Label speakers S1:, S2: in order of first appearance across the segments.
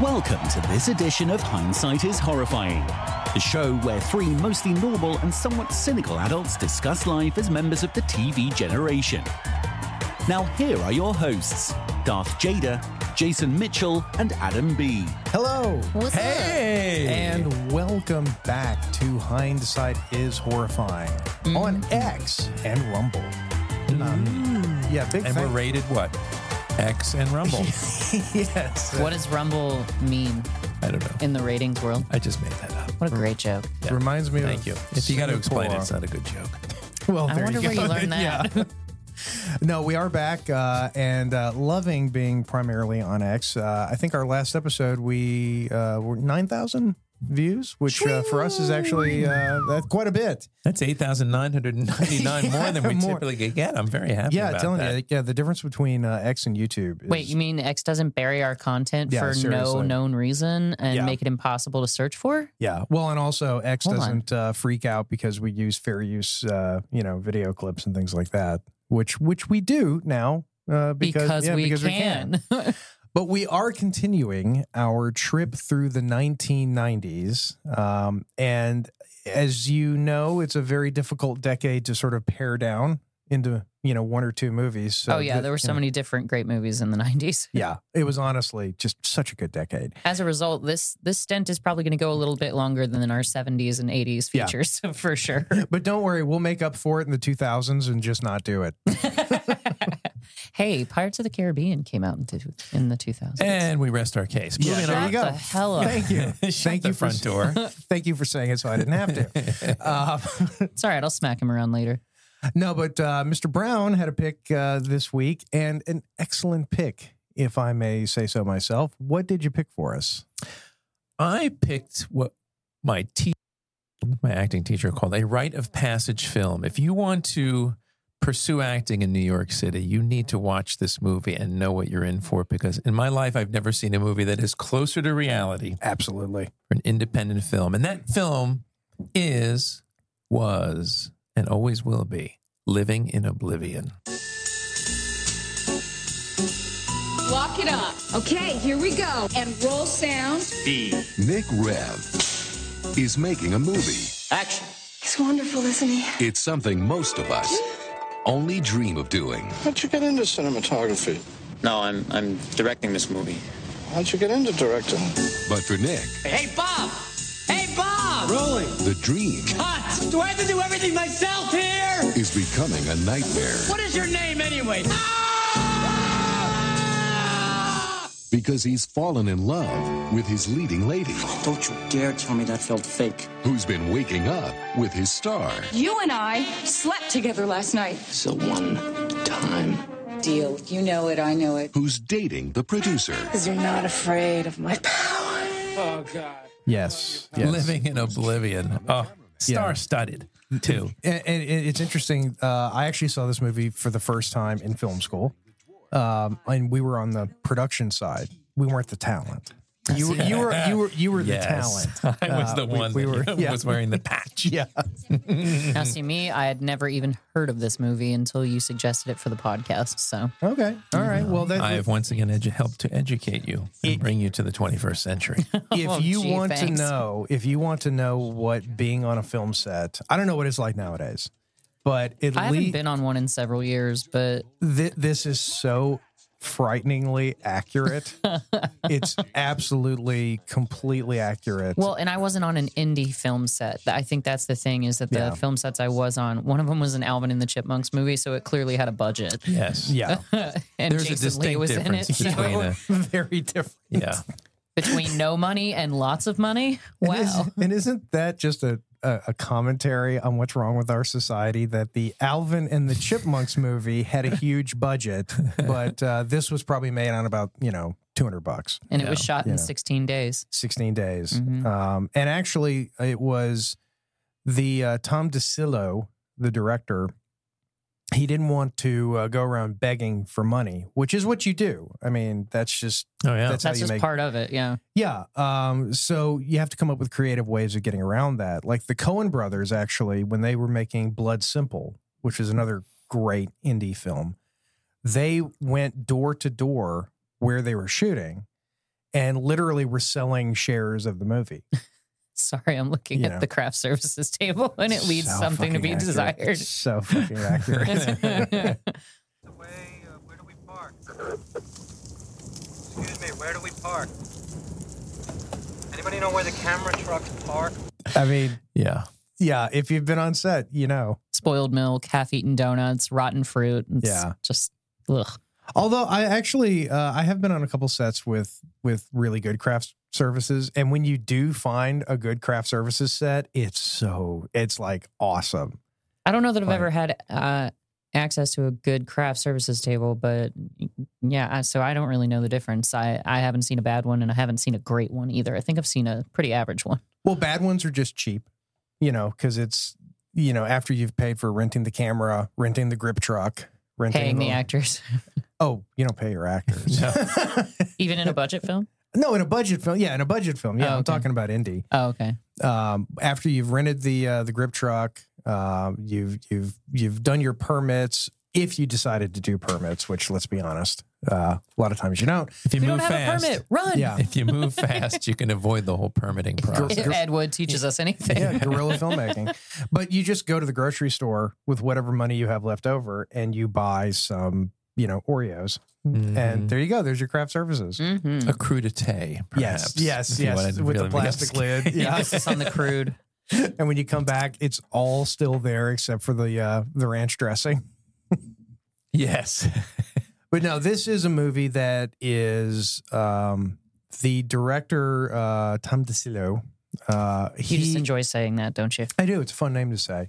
S1: Welcome to this edition of Hindsight is Horrifying, the show where three mostly normal and somewhat cynical adults discuss life as members of the TV generation. Now, here are your hosts Darth Jada, Jason Mitchell, and Adam B.
S2: Hello.
S3: What's
S4: Hey!
S2: And welcome back to Hindsight is Horrifying
S3: Mm-hmm.
S2: on X and Rumble. Um, yeah, big
S4: Mm-hmm. and we're
S2: thank-
S4: rated what? X and Rumble.
S2: yes.
S3: What does Rumble mean
S4: I don't know.
S3: in the ratings world?
S4: I just made that up.
S3: What a great joke.
S4: Yeah.
S2: Reminds me
S4: Thank
S2: of
S4: you. If you got to explain it, it's
S2: Singapore.
S4: not a good joke.
S2: Well,
S3: I
S2: there
S3: wonder
S2: you
S3: where
S2: go.
S3: you learned that.
S2: No, we are back uh, and uh, loving being primarily on X. Uh, I think our last episode we uh, were nine thousand views, which uh, for us is actually uh, that's quite a bit.
S4: That's 8,999 more than we
S2: More.
S4: typically get. Yeah, I'm very happy
S2: Yeah,
S4: about
S2: telling
S4: that.
S2: you, yeah, the difference between uh, X and YouTube. Is,
S3: Wait, you mean X doesn't bury our content
S2: Yeah,
S3: for no
S2: seriously.
S3: known reason and
S2: Yeah.
S3: make it impossible to search for?
S2: Yeah. Well, and also X
S3: Hold on.
S2: doesn't uh, freak out because we use fair use, uh, you know, video clips and things like that, which which we do now uh, because,
S3: Because,
S2: yeah,
S3: we,
S2: because
S3: can.
S2: But we are continuing our trip through the 1990s, um, and as you know, it's a very difficult decade to sort of pare down into you know one or two movies. So
S3: oh, yeah.
S2: th-
S3: There were so
S2: you know,
S3: many different great movies in the 90s.
S2: Yeah, it was honestly just such a good decade.
S3: As a result, this this stint is probably going to go a little bit longer than our 70s and 80s
S2: Yeah.
S3: features for sure.
S2: But don't worry, we'll make up for it in the 2000s and just not do it.
S3: hey, Pirates of the Caribbean came out in, two, in the 2000s.
S4: And we rest our case.
S2: Yeah,
S4: Moving
S2: there
S4: on.
S2: you go.
S3: Shut the hell up.
S2: Thank you.
S4: Shut
S2: Thank
S4: the
S2: you for
S4: front door.
S2: Thank you for saying it so I didn't have to. Uh,
S3: It's all right. I'll smack him around later.
S2: no, but uh, Mr. Brown had a pick uh, this week and an excellent pick, if I may say so myself. What did you pick for us?
S4: I picked what my teacher, my acting teacher, called a rite of passage film. If you want to pursue acting in New York City, you need to watch this movie and know what you're in for. Because in my life, I've never seen a movie that is closer to reality
S2: Absolutely.
S4: for an independent film, and that film is, was, and always will be Living in Oblivion.
S5: Walk it up. Okay, here we go. And roll sound.
S6: Nick Rev is making a movie.
S7: He's wonderful, isn't he?
S6: It's something most of us only dream of doing.
S8: How'd you get into cinematography?
S9: No, I'm I'm directing this movie.
S8: How'd you get into directing?
S6: But for Nick,
S10: Hey, Bob! Hey, Bob!
S6: the dream
S10: Cut! Do I have to do everything myself here?
S6: is becoming a nightmare
S10: What is your name anyway? Ah!
S6: because he's fallen in love with his leading lady,
S9: Oh, Don't you dare tell me that felt fake.
S6: who's been waking up with his star.
S5: You and I slept together last night.
S9: So one time.
S5: Deal. You know it. I know it.
S6: Who's dating the producer?
S7: Because you're not afraid of my power.
S2: Yes. yes.
S4: Living in Oblivion. Oh, star studded, too.
S2: And, and it- it's interesting. Uh, I actually saw this movie for the first time in film school, um, and we were on the production side. We weren't the talent. You, were- you were you were you were the
S4: Yes.
S2: talent.
S4: I was
S2: Uh,
S4: the one
S2: we, we were.
S4: that
S2: Yeah.
S4: was wearing the patch.
S2: yeah.
S3: Now,
S2: Mm.
S3: see me, I had never even heard of this movie until you suggested it for the podcast. So,
S2: Okay. All right. Well, that,
S4: I have once again edu- helped to educate you and bring you to the 21st century.
S2: if
S3: Oh,
S2: you
S3: gee,
S2: want
S3: thanks.
S2: to know, if you want to know what being on a film set, I don't know what it's like nowadays, but at
S3: I haven't
S2: least
S3: been on one in several years, but
S2: thi- this is so frighteningly accurate. it's absolutely completely accurate.
S3: well, and I wasn't on an indie film set. I think that's the thing is that the
S2: Yeah.
S3: film sets I was on, one of them was an Alvin and the Chipmunks movie, so it clearly had a budget.
S4: Yes.
S2: yeah,
S3: And
S4: There's
S3: Jason
S4: a
S3: Lee
S4: distinct
S3: was in it.
S4: difference
S3: So
S4: between a,
S2: very different.
S4: yeah.
S3: between no money and lots of money,
S2: And is-
S3: wow.
S2: and isn't that just a, a, a commentary on what's wrong with our society that the Alvin and the Chipmunks movie had a huge budget, but uh, this was probably made on about, you know, 200 bucks.
S3: And it was shot
S2: Yeah.
S3: in 16 days.
S2: 16 days. Um, and actually, it was the uh, Tom DeSillo, the director. He didn't want to uh, go around begging for money, which is what you do. I mean, that's just
S4: Oh, yeah.
S2: That's- how
S3: That's
S2: you
S3: just
S2: make-
S3: part of it. Yeah.
S2: yeah. Um, so you have to come up with creative ways of getting around that. Like the Cohen brothers, actually, when they were making Blood Simple, which is another great indie film, they went door to door where they were shooting and literally were selling shares of the movie.
S3: Sorry, I'm looking
S2: You
S3: at
S2: know.
S3: the craft services table and it leads
S2: So
S3: something to be
S2: fucking accurate.
S3: desired.
S2: So fucking accurate.
S11: uh, Excuse me, where do we park? Anybody know where the camera trucks park?
S2: I mean,
S4: yeah.
S2: yeah, if you've been on set, you know.
S3: Spoiled milk, half eaten donuts, rotten fruit. It's
S2: Yeah.
S3: Just, ugh.
S2: Although I actually uh, I have been on a couple sets with with really good craft services, and when you do find a good craft services set, it's so it's like awesome.
S3: I don't know that I've
S2: Right.
S3: ever had uh, access to a good craft services table, but yeah, I- so I don't really know the difference. I, I haven't seen a bad one and I haven't seen a great one either. I think I've seen a pretty average one.
S2: Well, bad ones are just cheap, you know, because it's you know after you've paid for renting the camera, renting the grip truck, renting
S3: Paying the actors,
S2: Oh, you don't pay your actors.
S4: No.
S3: even in a budget film.
S2: no, in a budget film, yeah, in a budget film, yeah.
S3: Oh,
S2: I'm
S3: okay.
S2: talking about indie.
S3: Oh, okay.
S2: um, after you've rented the uh, the grip truck, um, you've you've you've done your permits. If you decided to do permits, which let's be honest, uh, a lot of times you don't.
S4: If you
S3: We
S4: move
S3: don't have
S4: fast,
S3: a permit. Run.
S2: Yeah.
S4: if you move fast, you can avoid the whole permitting process.
S3: If Ed Wood teaches us anything.
S2: Yeah, guerrilla filmmaking. But you just go to the grocery store with whatever money you have left over, and you buy some, you know, Oreos,
S4: Mm-hmm.
S2: and there you go. There's your craft services.
S3: hmm
S4: a crudité, Mm. perhaps.
S2: Mm-hmm. yes, yes,
S4: if you wanted
S2: yes,
S4: to
S2: with the
S4: really make it
S2: plastic
S4: scary.
S2: lid. Yeah,
S3: Emphasis on the crude.
S2: and when you come back, it's all still there except for the uh, the ranch dressing.
S4: Yes.
S2: But no, this is a movie that is um, the director uh, Tom DeSillo. Uh,
S3: You just
S2: he,
S3: enjoy saying that, don't you?
S2: I do. It's a fun name to say.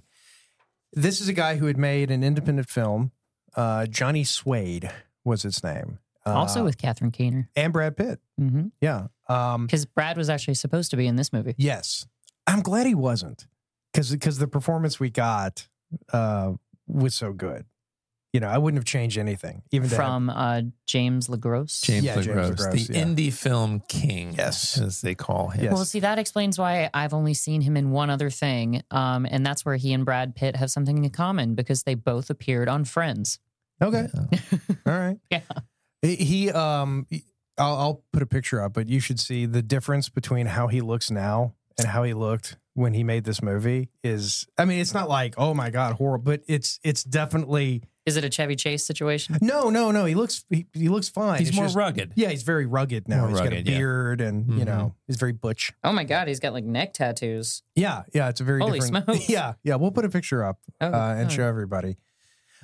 S2: This is a guy who had made an independent film. Uh, Johnny Suede was its name. Uh,
S3: also with Catherine Keener.
S2: and Brad Pitt.
S3: Because
S2: Yeah. Um,
S3: Brad was actually supposed to be in this movie.
S2: yes, I'm glad he wasn't because because the performance we got uh, was so good. You know, I wouldn't have changed anything. Even to have-
S3: From uh, James LaGrosse.
S4: James
S2: Yeah, James
S4: LaGrosse,
S2: LaGrosse,
S4: the
S2: yeah.
S4: indie film king,
S2: Yes.
S4: as they call him.
S2: Yes.
S3: Well, see, that explains why I've only seen him in one other thing, um, and that's where he and Brad Pitt have something in common because they both appeared on Friends.
S2: okay, all right.
S3: Yeah,
S2: He- He um I'll, I'll put a picture up, but you should see the difference between how he looks now and how he looked when he made this movie is I mean it's not like oh my god horrible but it's it's definitely
S3: is it a Chevy Chase situation?
S2: no no no he looks he, he looks fine
S4: He's
S2: It's
S4: more
S2: just-
S4: rugged.
S2: yeah he's very rugged now
S4: More
S2: He's got a
S4: rugged, yeah. Mm-hmm.
S2: beard and you know he's very butch
S3: Oh my God, he's got like neck tattoos.
S2: yeah, yeah, it's a very
S3: Holy
S2: different.
S3: smokes.
S2: Yeah, yeah, we'll put a picture up
S3: Oh,
S2: uh, and
S3: oh.
S2: show everybody.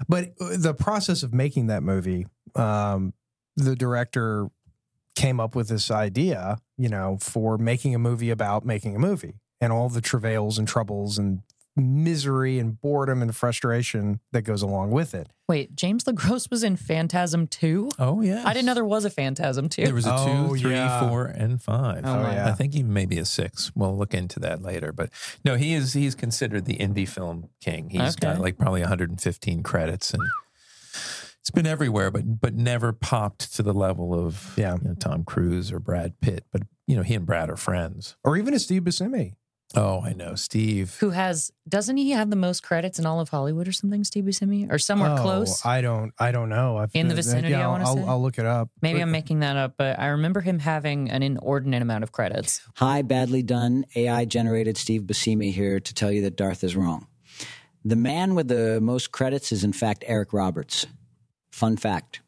S2: But uh, the process of making that movie, um, the director came up with this idea, you know, for making a movie about making a movie and all the travails and troubles and misery and boredom and frustration that goes along with it.
S3: Wait, James LaGrosse was in Phantasm Two.
S4: Oh, yeah.
S3: I didn't know there was a Phantasm Two.
S4: There was a
S2: Oh,
S4: two, three, four,
S2: yeah.
S4: and five.
S3: Oh, my.
S4: I think even maybe a six. We'll look into that later. But no, he is he's considered the indie film king. He's got
S3: Okay.
S4: like probably 115 credits and it's been everywhere, but but never popped to the level of
S2: Yeah.
S4: you know, Tom Cruise or Brad Pitt. But you know, he and Brad are friends.
S2: Or even a Steve Buscemi.
S4: Oh, I know. Steve.
S3: Who has? Doesn't he have the most credits in all of Hollywood or something? Steve Buscemi or somewhere
S2: Oh,
S3: close?
S2: I don't. I don't know. I've,
S3: In the vicinity, I
S2: I'll-
S3: wanna
S2: I'll,
S3: say?
S2: I'll look it up.
S3: Maybe I'm making that up, but I remember him having an inordinate amount of credits.
S9: Hi, badly done AI generated Steve Buscemi here to tell you that Darth is wrong. The man with the most credits is, in fact, Eric Roberts. Fun fact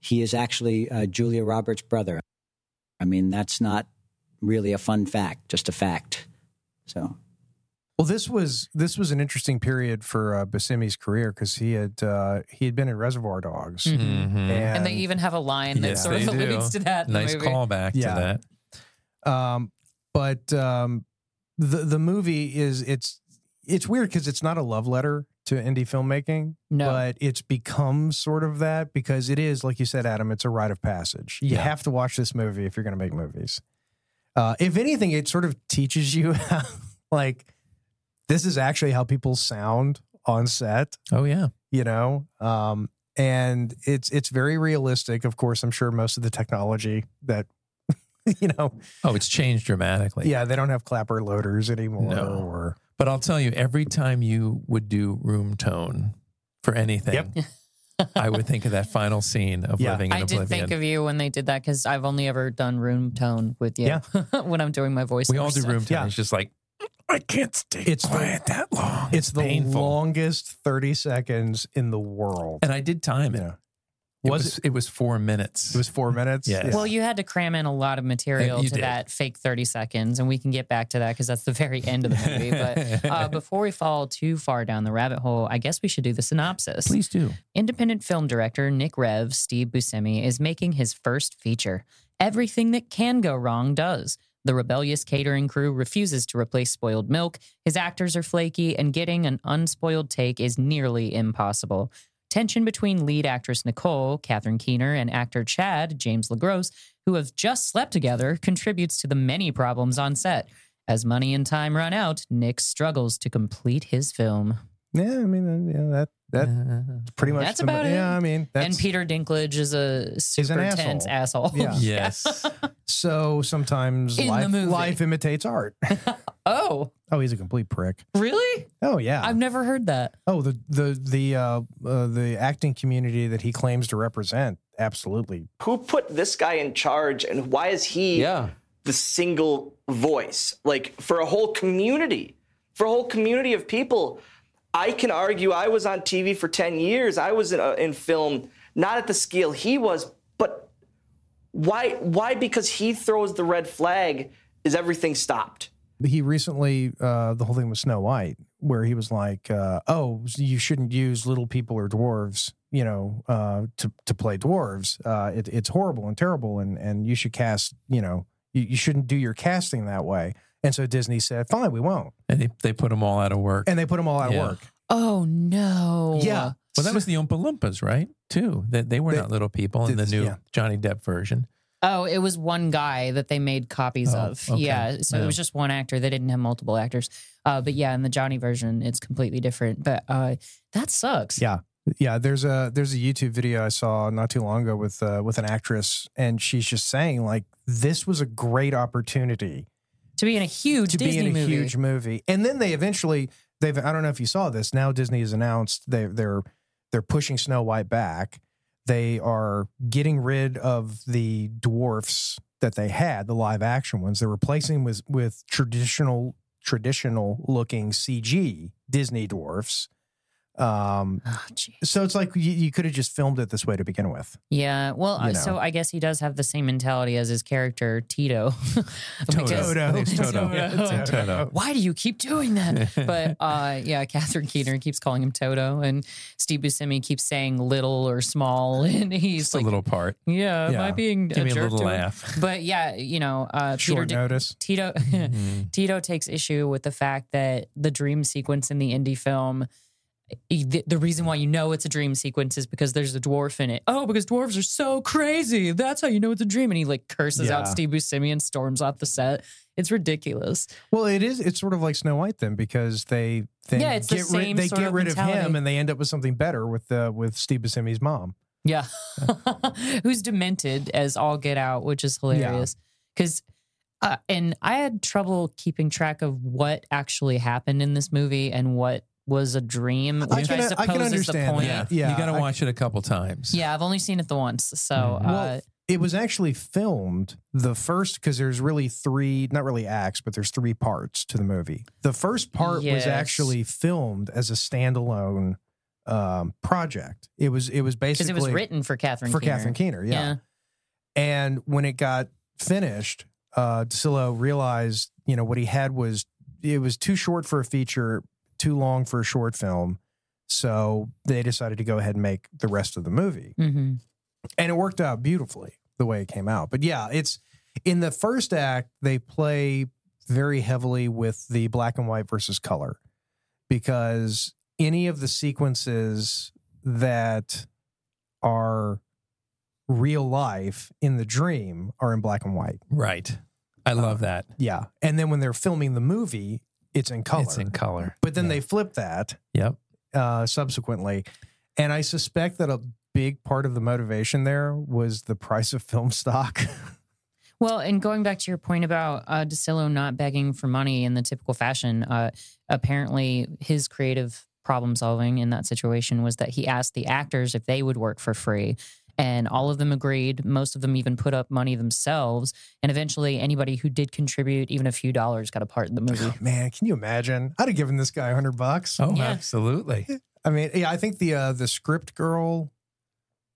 S9: he is actually uh, Julia Roberts' brother. I mean, that's not really a fun fact, just a fact. So.
S2: Well, this was this was an interesting period for uh, Buscemi's career because he had uh, he had been in Reservoir Dogs,
S4: Mhm.
S2: and,
S3: Hmm. And they even have a line that
S4: Yes,
S3: sort of
S4: they do.
S3: alludes to that. in the
S4: Nice
S3: movie.
S4: callback
S2: Yeah.
S4: to that.
S2: um, but um, the the movie is it's it's weird because it's not a love letter to indie filmmaking,
S3: No.
S2: but it's become sort of that because it is like you said, Adam. It's a rite of passage. You
S4: Yeah.
S2: have to watch this movie if you're going to make movies. Uh, if anything, it sort of teaches you how, like this is actually how people sound on set.
S4: Oh yeah.
S2: you know um and it's it's very realistic of course i'm sure most of the technology that you know
S4: Oh, it's changed dramatically.
S2: yeah they don't have clapper loaders anymore
S4: No.
S2: or
S4: But I'll tell you, every time you would do room tone for anything,
S2: Yep.
S4: I would think of that final scene of
S2: Yeah.
S4: living in
S3: I
S4: oblivion.
S3: did think of you when they did that because I've only ever done room tone with you when I'm doing my voice.
S4: we all do room
S2: Yeah.
S4: time. It's just like I can't stay
S2: It's the-
S4: quiet that long.
S2: It's the
S4: painful.
S2: longest 30 seconds in the world.
S4: and I did time it.
S2: Yeah.
S4: It
S2: Was
S4: was it was four minutes.
S2: It was four minutes.
S4: Yes.
S3: Well, you had to cram in a lot of material
S4: You
S3: to
S4: did.
S3: that fake 30 seconds, and we can get back to that because that's the very end of the movie. but uh, before we fall too far down the rabbit hole, I guess we should do the synopsis.
S4: Please do.
S3: Independent film director Nick Rev, Steve Buscemi, is making his first feature. Everything that can go wrong does. The rebellious catering crew refuses to replace spoiled milk, his actors are flaky, and getting an unspoiled take is nearly impossible. Tension between lead actress Nicole, Katherine Keener, and actor Chad, James LaGrosse, who have just slept together, contributes to the many problems on set. As money and time run out, Nick struggles to complete his film.
S2: Yeah, I mean, uh, yeah, that that's
S4: Uh,
S2: pretty much.
S3: That's
S2: the-
S3: about it.
S2: Yeah, I mean, that's
S3: and Peter Dinklage is a super
S2: an asshole.
S3: tense asshole.
S2: Yeah.
S4: Yes.
S2: so sometimes
S3: In the
S2: life,
S3: movie.
S2: life imitates art.
S3: Oh,
S2: Oh, he's a complete prick.
S3: really?
S2: Oh yeah.
S3: I've never heard that.
S2: oh, the the the uh, uh, the acting community that he claims to represent absolutely
S12: who put this guy in charge and why is he the single voice like for a whole community for a whole community of people i can argue i was on tv for 10 years i was in, uh, in film not at the scale he was but why why because he throws the red flag is everything stopped
S2: he recently uh, the whole thing with Snow White, where he was like, uh, "Oh, you shouldn't use little people or dwarves, you know, uh, to to play dwarves. Uh, it, it's horrible and terrible, and and you should cast, you know, you, you shouldn't do your casting that way." And so Disney said, "Fine, we won't,"
S4: And they, they put them all out of work.
S2: and they put them all out
S4: Yeah.
S2: of work.
S3: Oh no.
S2: Yeah,
S4: well, that was the Oompa Loompas, right? Too. That they were
S2: They-
S4: not little people in the
S2: This-
S4: new
S2: yeah.
S4: Johnny Depp version.
S3: Oh, it was one guy that they made copies
S4: Oh,
S3: of.
S4: okay.
S3: Yeah. So
S4: Yeah.
S3: it was just one actor. They didn't have multiple actors. Uh, but yeah, in the Johnny version, it's completely different. But uh, that sucks.
S2: Yeah. Yeah, there's a there's a YouTube video I saw not too long ago with uh, with an actress, and she's just saying like this was a great opportunity
S3: To be in a huge
S2: to
S3: Disney
S2: be in a
S3: movie.
S2: huge movie. And then they eventually they've I don't know if you saw this. Now Disney has announced they they're they're pushing Snow White back. They are getting rid of the dwarfs that they had, the live action ones. They're replacing with with traditional traditional looking CG Disney dwarfs. Um
S3: Oh, gee.
S2: so it's like you, you could have just filmed it this way to begin with.
S3: yeah. Well,
S2: You
S3: uh,
S2: know.
S3: so I guess he does have the same mentality as his character, Tito. Because-
S4: Toto. I think it's Toto.
S3: Toto.
S4: It's Toto.
S3: why do you keep doing that? but uh, yeah, Catherine Keener keeps calling him Toto, and Steve Buscemi keeps saying little or small, and he's
S4: It's a
S3: like,
S4: little part.
S3: "Yeah, am I
S2: Yeah.
S3: being
S4: Give me a
S3: jerk
S4: little
S3: to him?"
S4: laugh.
S3: But yeah, you know, uh, Peter
S2: Short
S3: Di-
S2: notice.
S3: Tito
S4: Mm-hmm.
S3: Tito takes issue with the fact that the dream sequence in the indie film. e, The, the reason why you know it's a dream sequence is because there's a dwarf in it. Oh, because dwarves are so crazy. That's how you know it's a dream. And he like curses out
S2: Yeah.
S3: Steve Buscemi and storms off the set. It's ridiculous.
S2: Well, it is. It's sort of like Snow White then, because they, they
S3: Yeah, it's the
S2: get
S3: same
S2: rid, they
S3: sort
S2: get
S3: of
S2: rid of him
S3: mentality.
S2: and they end up with something better with uh, with Steve Buscemi's mom.
S3: Yeah. Who's demented as all get out, which is hilarious. Because, uh, and I had trouble keeping track of what actually happened in this movie and what was a dream,
S2: I
S3: which I,
S2: can- uh, I
S3: suppose
S2: can
S3: is the
S2: understand
S3: point.
S2: that.
S3: Yeah.
S2: Yeah,
S4: You got to
S2: I-
S4: watch it a couple times.
S3: I've only seen it the once. So,
S4: Mhm.
S3: uh,
S2: Mm-hmm. Well, it was actually filmed the first because there's really three, not really acts, but there's three parts to the movie. The first part
S3: Yes.
S2: was actually filmed as a standalone um, project. It was it was
S3: because
S2: basically
S3: it was written for Catherine
S2: for
S3: Keener.
S2: Catherine Keener, yeah. And when it got finished, uh, DeSillo realized, you know, what he had was it was too short for a feature, too long for a short film. So they decided to go ahead and make the rest of the movie.
S3: hmm
S2: And it worked out beautifully the way it came out. But yeah, it's in the first act, they play very heavily with the black and white versus color because any of the sequences that are real life in the dream are in black and white.
S4: Right.
S2: Uh,
S4: I love that.
S2: Yeah. And then when they're filming the movie, it's in color.
S4: It's in color.
S2: but then
S4: Yeah.
S2: they flip that
S4: Yep.
S2: uh, subsequently. And I suspect that a big part of the motivation there was the price of film stock.
S3: Well, and going back to your point about uh, DeSillo not begging for money in the typical fashion, uh, apparently his creative problem solving in that situation was that he asked the actors if they would work for free. And all of them agreed. Most of them even put up money themselves. And eventually, anybody who did contribute even a few dollars got a part in the movie.
S2: Man, can you imagine? I'd have given this guy a hundred bucks.
S4: Oh, Yeah. absolutely.
S2: I mean, yeah, I think the uh, the script girl,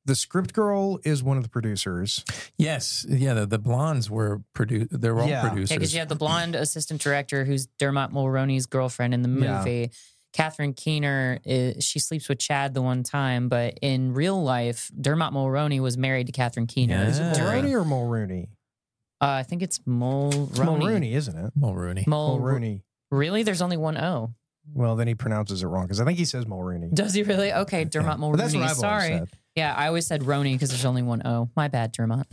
S2: the script girl is one of the producers.
S4: Yes, yeah. The, the blondes were produ- They were all producers.
S3: Yeah, because you have the blonde assistant director who's Dermot Mulroney's girlfriend in the
S4: Yeah.
S3: movie. Catherine Keener, is, she sleeps with Chad the one time, but in real life, Dermot Mulroney was married to Catherine Keener.
S2: Is it
S3: during-
S2: Mulroney or Mulrooney?
S3: uh, I think it's
S2: It's
S3: Mulroney.
S2: Mulrooney, isn't it?
S4: Mulrooney.
S3: Mul-
S2: Mulrooney.
S3: Really? There's only one O.
S2: Well, then he pronounces it wrong because I think he says Mulrooney.
S3: Does he really? Okay, Dermot Mulroney.
S2: But that's what I've always
S3: Sorry.
S2: said.
S3: Yeah, I always said Roney because there's only one O. My bad, Dermot.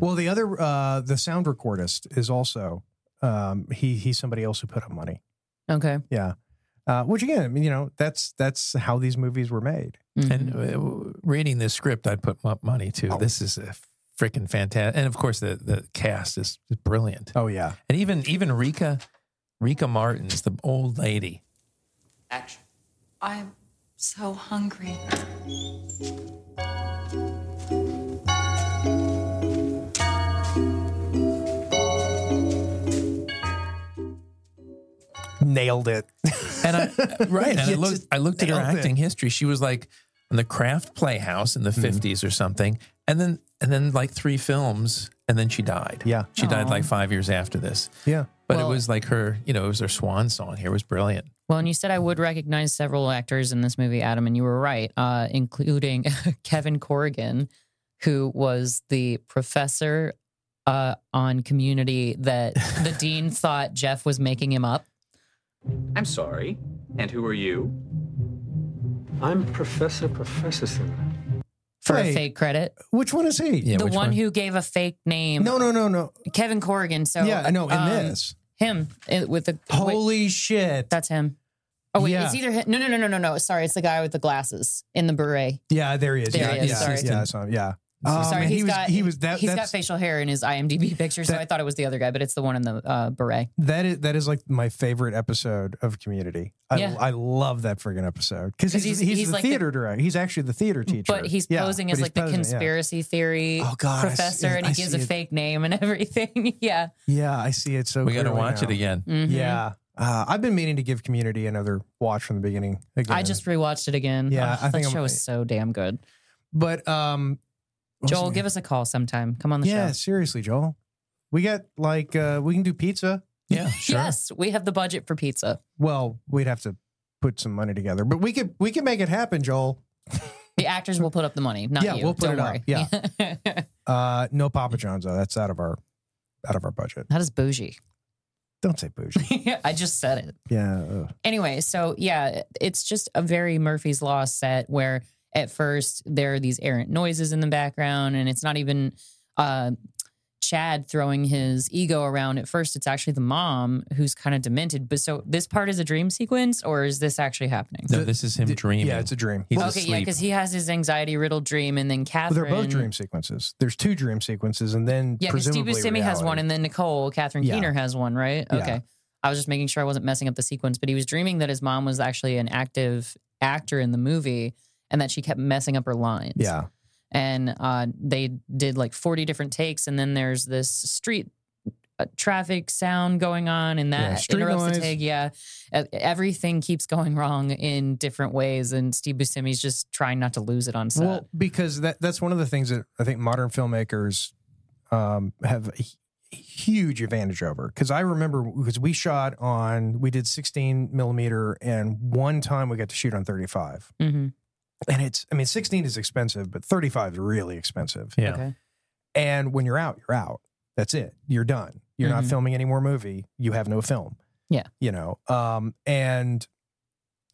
S2: Well, the other uh, the sound recordist is also um, he he's somebody else who put up money.
S3: Okay.
S2: Yeah. Uh, which again, I mean, you know, that's that's how these movies were made.
S4: And uh,
S3: mm-hmm.
S4: w- reading this script, I put my money to.
S2: Oh.
S4: This is a freaking fantastic, and of course the the cast is brilliant.
S2: Oh yeah,
S4: and even even Rika Rika Martins, the old lady.
S11: Action.
S7: I'm so hungry.
S2: Nailed it.
S4: And I right, and I
S2: You
S4: looked
S2: just
S4: I looked at her
S2: nailed it.
S4: acting history. She was like in the Kraft Playhouse in the
S2: Hmm.
S4: 50s or something, and then and then like three films, and then she died.
S2: Yeah,
S4: she died
S3: Aw.
S4: like five years after this.
S2: Yeah,
S4: but
S3: Well-
S4: it was like her, you know, it was her swan song. Here It was brilliant.
S3: Well, and you said I would recognize several actors in this movie, Adam, and you were right, uh, including Kevin Corrigan, who was the professor uh, on community that the dean thought Jeff was making him up.
S13: I'm sorry. And who are you? I'm Professor Professorson.
S3: For a
S13: Wait.
S3: fake credit,
S2: Which one is he?
S3: the one, who gave a fake name.
S2: No, no, no, no.
S3: Kevin Corrigan. So um,
S2: Yeah, I know, in this.
S3: him uh, with the
S2: Holy shit,
S3: that's him. Oh wait,
S2: Yeah.
S3: it's either him. No, no, no, no, no, no. Sorry, it's the guy with the glasses in the beret.
S2: Yeah, there he is.
S3: There
S2: yeah,
S3: he is,
S2: yeah,
S3: sorry.
S2: yeah, I saw him, yeah. Oh,
S3: Sorry,
S2: man,
S3: he's
S2: he was
S3: got
S2: he was that
S3: he's got
S2: that's,
S3: facial hair in his IMDb picture, so I thought it was the other guy, but it's the one in the uh, beret.
S2: that is that is like my favorite episode of Community. I,
S3: Yeah.
S2: I love that friggin' episode because
S3: 'Cause
S2: he's,
S3: he's-
S2: he's,
S3: he's
S2: the
S3: like the-
S2: theater director. He's actually the theater teacher,
S3: But he's
S2: Yeah,
S3: posing
S2: but
S3: as
S2: he's
S3: like the
S2: posing, yeah.
S3: conspiracy theory
S2: Oh, God, I see-
S3: professor, and he
S2: I
S3: gives
S2: see
S3: a
S2: it.
S3: fake name and everything. yeah,
S2: Yeah, I see it so.
S4: We gotta
S2: clearly
S4: watch
S2: now.
S4: it again.
S3: Mhm.
S2: Yeah, uh, I've been meaning to give Community another watch from the beginning. Again.
S3: I just rewatched it again.
S2: Yeah,
S3: Ugh,
S2: I think
S3: that
S2: I'm-
S3: show is so damn good.
S2: but um, what was
S3: Joel,
S2: it?
S3: give us a call sometime. Come on the
S2: yeah,
S3: show.
S2: seriously, Joel, we got like uh, we can do pizza.
S4: Yeah, sure.
S3: Yes, we have the budget for pizza.
S2: Well, we'd have to put some money together, but we could we could make it happen, Joel.
S3: The actors will put up the money, not
S2: Yeah,
S3: you.
S2: we'll put it
S3: Don't
S2: up.
S3: worry.
S2: Yeah.
S3: that
S2: Uh, no Papa John's though. That's out of our out of our budget.
S3: is bougie.
S2: Don't say bougie.
S3: I just said it.
S2: yeah.
S3: uh,
S2: ugh.
S3: anyway, so yeah, it's just a very Murphy's Law set where at first there are these errant noises in the background, and it's not even uh, Chad throwing his ego around. At first, it's actually the mom who's kind of demented. But so this part is a dream sequence, or is this actually happening?
S4: No, this is him dreaming.
S2: Yeah, it's a dream.
S4: He's
S3: okay, yeah,
S4: asleep.
S3: because he has his anxiety riddled dream, and then
S2: Well,
S3: Catherine.
S2: they're both dream sequences. There's two dream sequences, and then
S3: Yeah, because Steve
S2: presumably
S3: Buscemi has
S2: reality.
S3: one, and then Nicole Catherine
S2: Yeah.
S3: Keener has one, right?
S2: Yeah.
S3: Okay, I was just making sure I wasn't messing up the sequence, but he was dreaming that his mom was actually an active actor in the movie, and that she kept messing up her lines.
S2: Yeah.
S3: and uh, they did like forty different takes, and then there's this street. uh, Traffic sound going on, and
S2: Yeah,
S3: that
S2: street
S3: interrupts the
S2: noise.
S3: take. Yeah, E- everything keeps going wrong in different ways, and Steve Buscemi's just trying not to lose it on set.
S2: Well, because that that's one of the things that I think modern filmmakers um, have a hu- huge advantage over. Because I remember because we shot on we did 16 millimeter, and one time we got to shoot on 35,
S3: mm-hmm.
S2: and it's I mean 16 is expensive, but 35 is really expensive.
S4: Yeah.
S3: Okay.
S2: And when you're out, you're out. That's it. You're done. You're not
S3: Mhm.
S2: filming any more movie. You have no film.
S3: Yeah.
S2: You know. Um. And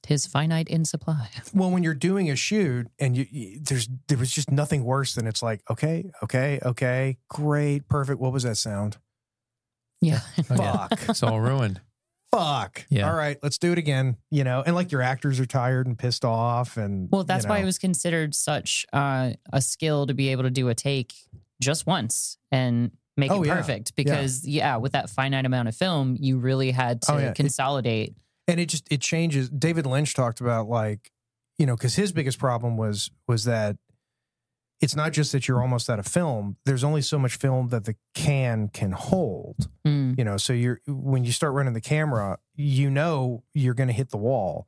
S3: Tis finite in supply.
S2: well when you're doing a shoot and you, you there's there was just nothing worse than it's like okay okay okay great perfect what was that sound
S3: Yeah.
S4: Oh, yeah.
S2: fuck
S4: It's all ruined.
S2: fuck
S4: Yeah.
S2: all right let's do it again you know and like your actors are tired and pissed off and
S3: Well, that's
S2: you
S3: why it
S2: know.
S3: was considered such uh, a skill to be able to do a take just once and make
S2: Oh,
S3: it
S2: yeah.
S3: perfect.
S2: Yeah.
S3: Because yeah. with that finite amount of film, you really had to
S2: Oh, yeah. It-
S3: consolidate
S2: and it just it changes david lynch talked about like you know because his biggest problem was was that it's not just that you're almost out of film there's only so much film that the can can hold
S3: Mm.
S2: you know so you're when you start running the camera you know you're going to hit the wall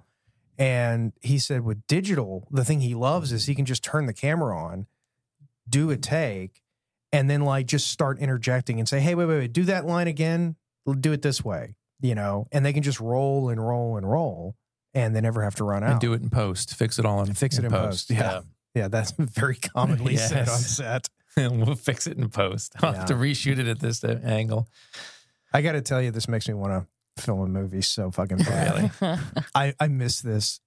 S2: and he said with digital the thing he loves is he can just turn the camera on do a take and then like just start interjecting and say hey wait wait wait do that line again We'll do it this way you know and they can just roll and roll and roll and they never have to run out
S4: And do it in post. Fix it all in
S2: fix it in post, yeah. yeah that's very commonly said on
S4: Yes.
S2: set
S4: we'll fix it in post. I'll have to
S2: Yeah.
S4: reshoot it at this angle.
S2: I got to tell you, this makes me want to film a movie so fucking badly. I, I miss this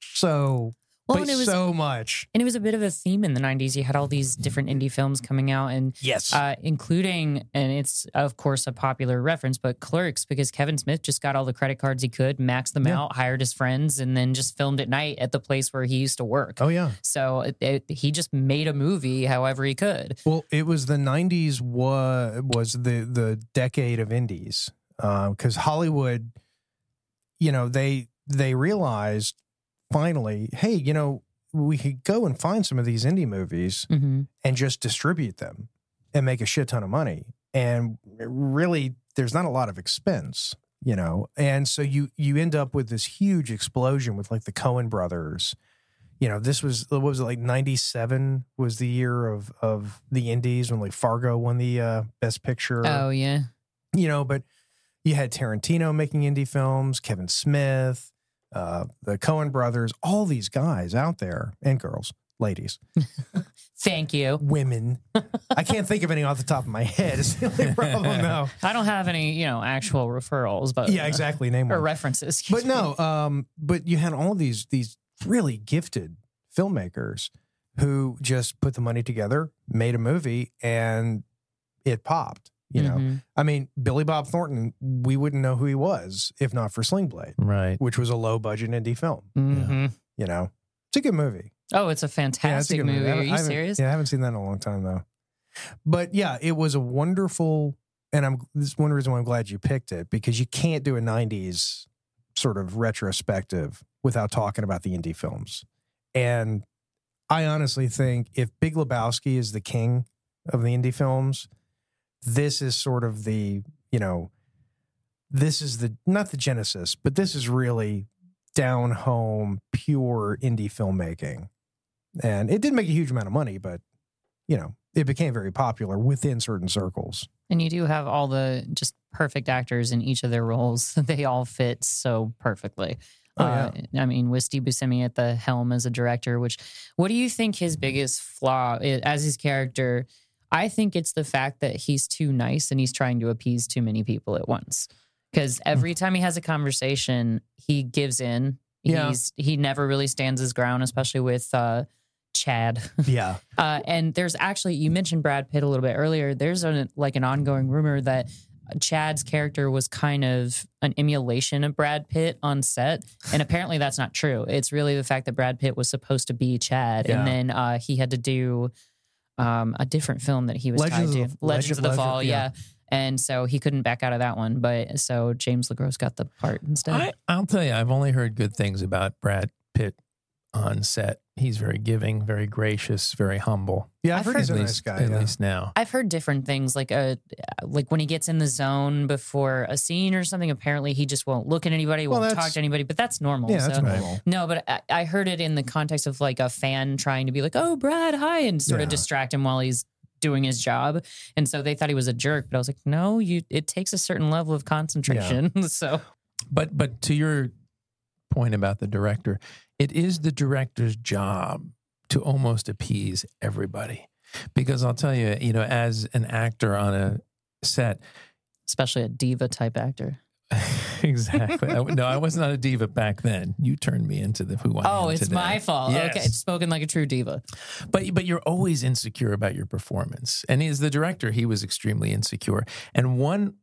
S2: so,
S3: Well,
S2: but
S3: and it was-
S2: so much.
S3: And it was a bit of a theme in the 90s. You had all these different indie films coming out and
S2: Yes.
S3: uh, including and it's of course a popular reference but Clerks because Kevin Smith just got all the credit cards he could, maxed them
S2: Yeah.
S3: out, hired his friends and then just filmed at night at the place where he used to work.
S2: Oh, yeah.
S3: So it, it, he just made a movie however he could.
S2: Well, it was the '90s was was the the decade of indies because Hollywood, you know they they realized finally, hey, you know we could go and find some of these indie movies
S3: Mhm.
S2: and just distribute them and make a shit ton of money. And really, there's not a lot of expense, you know. And so you you end up with this huge explosion with like the Cohen brothers. You know, this was what was it like '97 was the year of of the Indies when like Fargo won the uh, Best Picture.
S3: Oh yeah.
S2: You know, but you had Tarantino making indie films, Kevin Smith, uh, the Cohen brothers, all these guys out there and girls, ladies
S3: Thank you.
S2: women. I can't think of any off the top of my head. It's the only problem now.
S3: I don't have any, you know, actual referrals, but
S2: Mm-hmm. Yeah, exactly. Name
S3: or
S2: one.
S3: references.
S2: But no, um, but you had all these these really gifted filmmakers who just put the money together, made a movie, and it popped. You know,
S3: Mm-hmm.
S4: Mhm.
S2: I mean, Billy Bob Thornton, we wouldn't know who he was if not for Sling Blade,
S4: Right.
S2: which was a low budget indie film.
S3: Mhm.
S2: You know, it's a good movie.
S3: Oh, it's a fantastic
S2: good
S3: movie.
S2: I
S3: Are
S2: haven't- I
S3: you
S2: haven't-
S3: serious?
S2: Yeah, I haven't seen that in a long time though. But yeah, it was a wonderful, and I'm this is one reason why I'm glad you picked it because you can't do a '90s sort of retrospective without talking about the indie films. And I honestly think if Big Lebowski is the king of the indie films, this is sort of the you know, this is the not the genesis, but this is really down home, pure indie filmmaking and it didn't make a huge amount of money, but you know, it became very popular within certain circles.
S3: And you do have all the just perfect actors in each of their roles. They all fit so perfectly.
S2: Oh, yeah.
S3: uh, I mean, with Steve Buscemi at the helm as a director, which, what do you think his biggest flaw is, as his character? I think it's the fact that he's too nice and he's trying to appease too many people at once. Because
S2: Hmm.
S3: every time he has a conversation, he gives in.
S4: Yeah.
S3: He's, he never really stands his ground, especially with uh, Chad.
S2: Yeah.
S3: Uh, and there's actually you mentioned Brad Pitt a little bit earlier. There's an, like an ongoing rumor that Chad's character was kind of an emulation of Brad Pitt on set, and apparently that's not true. It's really the fact that Brad Pitt was supposed to be Chad,
S2: Yeah.
S3: and then uh, he had to do um, a different film that he was
S2: Legends
S3: tied to,
S2: of the-
S3: Legends of the
S2: Legend-
S3: Fall,
S2: Legend-
S3: yeah.
S2: yeah.
S3: And so he couldn't back out of that one, but so James LeGros got the part instead.
S4: I, I'll tell you, I've only heard good things about Brad Pitt on set. He's very giving, very gracious, very humble.
S2: Yeah, I've I've heard he's
S4: at
S2: a nice
S4: least,
S2: guy,
S4: At
S2: yeah.
S4: least now.
S3: I've heard different things like uh like when he gets in the zone before a scene or something. Apparently, he just won't look at anybody,
S2: Well,
S3: won't
S2: that's-
S3: talk to anybody. But that's normal.
S2: Yeah, that's
S3: so-
S2: normal.
S3: No, but I, I heard it in the context of like a fan trying to be like, "Oh, Brad, hi," and sort of
S2: Yeah.
S3: distract him while he's doing his job. And so they thought he was a jerk. But I was like, "No, you. It takes a certain level of concentration." so
S4: But but to your point about the director, it is the director's job to almost appease everybody. Because I'll tell you, you know, as an actor on a set,
S3: especially a diva type actor.
S4: exactly. I, no, I was not a diva back then. You turned me into the who I am
S3: oh, it's
S4: today.
S3: my fault.
S4: Yes.
S3: Okay, spoken like a true diva.
S4: But but you're always insecure about your performance. And as the director, he was extremely insecure. And one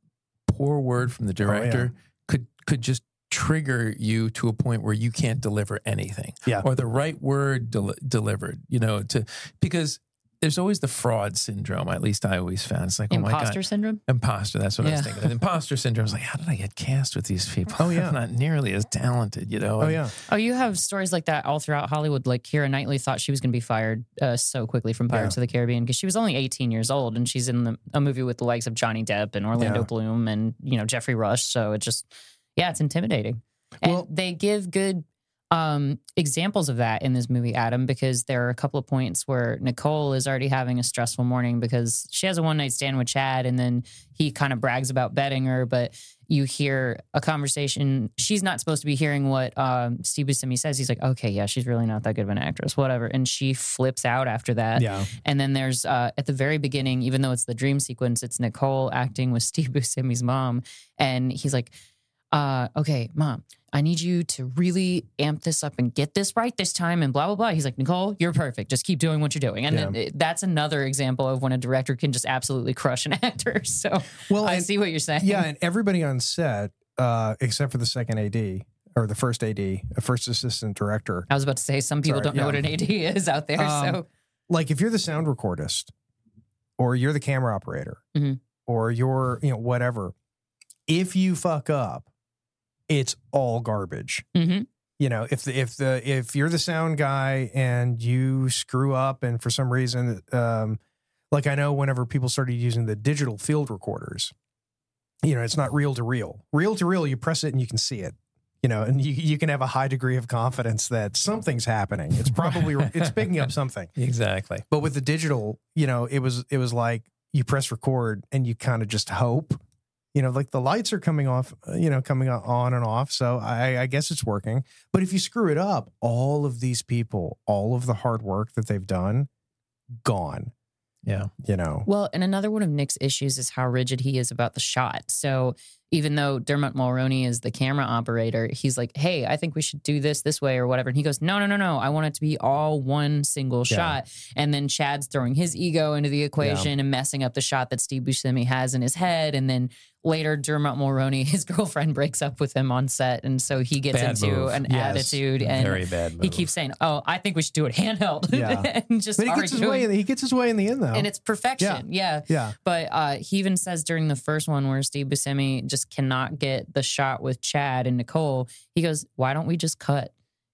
S4: poor word from the
S3: Oh,
S4: director could could just trigger you to a point where you can't deliver anything.
S2: Yeah.
S4: Or the right word del- delivered, you know, to because there's always the fraud syndrome. At least I always found it's like oh my
S3: Imposter
S4: God.
S3: syndrome?
S4: Imposter. That's what I was
S3: Yeah.
S4: thinking. of. Imposter syndrome is like how did I get cast with these people?
S3: Oh, yeah.
S4: I'm not nearly as talented, you know. And-
S3: Oh, you have stories like that all throughout Hollywood. Like Kira Knightley thought she was going to be fired uh, so quickly from Pirates of the Caribbean because she was only 18 years old and she's in the, a movie with the likes of Johnny Depp and Orlando
S2: Yeah.
S3: Bloom and you know Jeffrey Rush. So it just, yeah, it's intimidating. And they give good um, examples of that in this movie, Adam, because there are a couple of points where Nicole is already having a stressful morning because she has a one night stand with Chad and then he kind of brags about betting her, but you hear a conversation. She's not supposed to be hearing what um, Steve Buscemi says. He's like, okay, yeah, she's really not that good of an actress, whatever. And she flips out after that.
S2: Yeah.
S3: And then there's uh, at the very beginning, even though it's the dream sequence, it's Nicole acting with Steve Buscemi's mom. And he's like, uh, okay, mom, I need you to really amp this up and get this right this time and blah, blah, blah. He's like, Nicole, you're perfect. Just keep doing what you're doing. And
S2: Yeah.
S3: then it- that's another example of when a director can just absolutely crush an actor. So
S2: Well,
S3: I
S2: and-
S3: see what you're saying.
S2: Yeah, and everybody on set, uh, except for the second AD or the first AD, uh, first assistant director.
S3: I was about to say some people
S2: Sorry,
S3: don't know
S2: yeah.
S3: what an AD is out there.
S2: Um,
S3: so
S2: Like if you're the sound recordist, or you're the camera operator,
S3: Mhm.
S2: or you're you know whatever, if you fuck up, it's all garbage.
S3: Mhm.
S2: You know, if the, if the if you're the sound guy and you screw up, and for some reason, um, like I know, whenever people started using the digital field recorders, you know, it's not reel to reel. Reel to reel, you press it and you can see it. You know, and you, you can have a high degree of confidence that something's happening. It's probably it's picking up something.
S4: Exactly.
S2: But with the digital, you know, it was it was like you press record and you kind of just hope. You know, like the lights are coming off, uh, you know, coming o- on and off. So I, I guess it's working. But if you screw it up, all of these people, all of the hard work that they've done, gone.
S4: Yeah.
S2: You know.
S3: Well, and another one of Nick's issues is how rigid he is about the shot. So even though Dermot Mulroney is the camera operator, he's like, "Hey, I think we should do this this way or whatever," and he goes, "No, no, no, no! I want it to be all one single
S14: Yeah.
S3: shot." And then Chad's throwing his ego into the equation and messing up the shot that Steve Buscemi has in his head, and then. Later, Dermot Mulroney, his girlfriend breaks up with him on set, and so he gets
S4: Bad
S3: into
S4: move.
S3: an
S4: Yes.
S3: attitude. And
S4: Very bad
S3: He
S4: move.
S3: keeps saying, "Oh, I think we should do it handheld,"
S2: Yeah.
S3: and just
S2: but he gets his
S3: arguing.
S2: way. In, he gets his way in the end, though.
S3: And it's perfection. Yeah.
S2: Yeah.
S3: But uh, he even says during the first one where Steve Buscemi just cannot get the shot with Chad and Nicole, he goes, Why don't we just cut?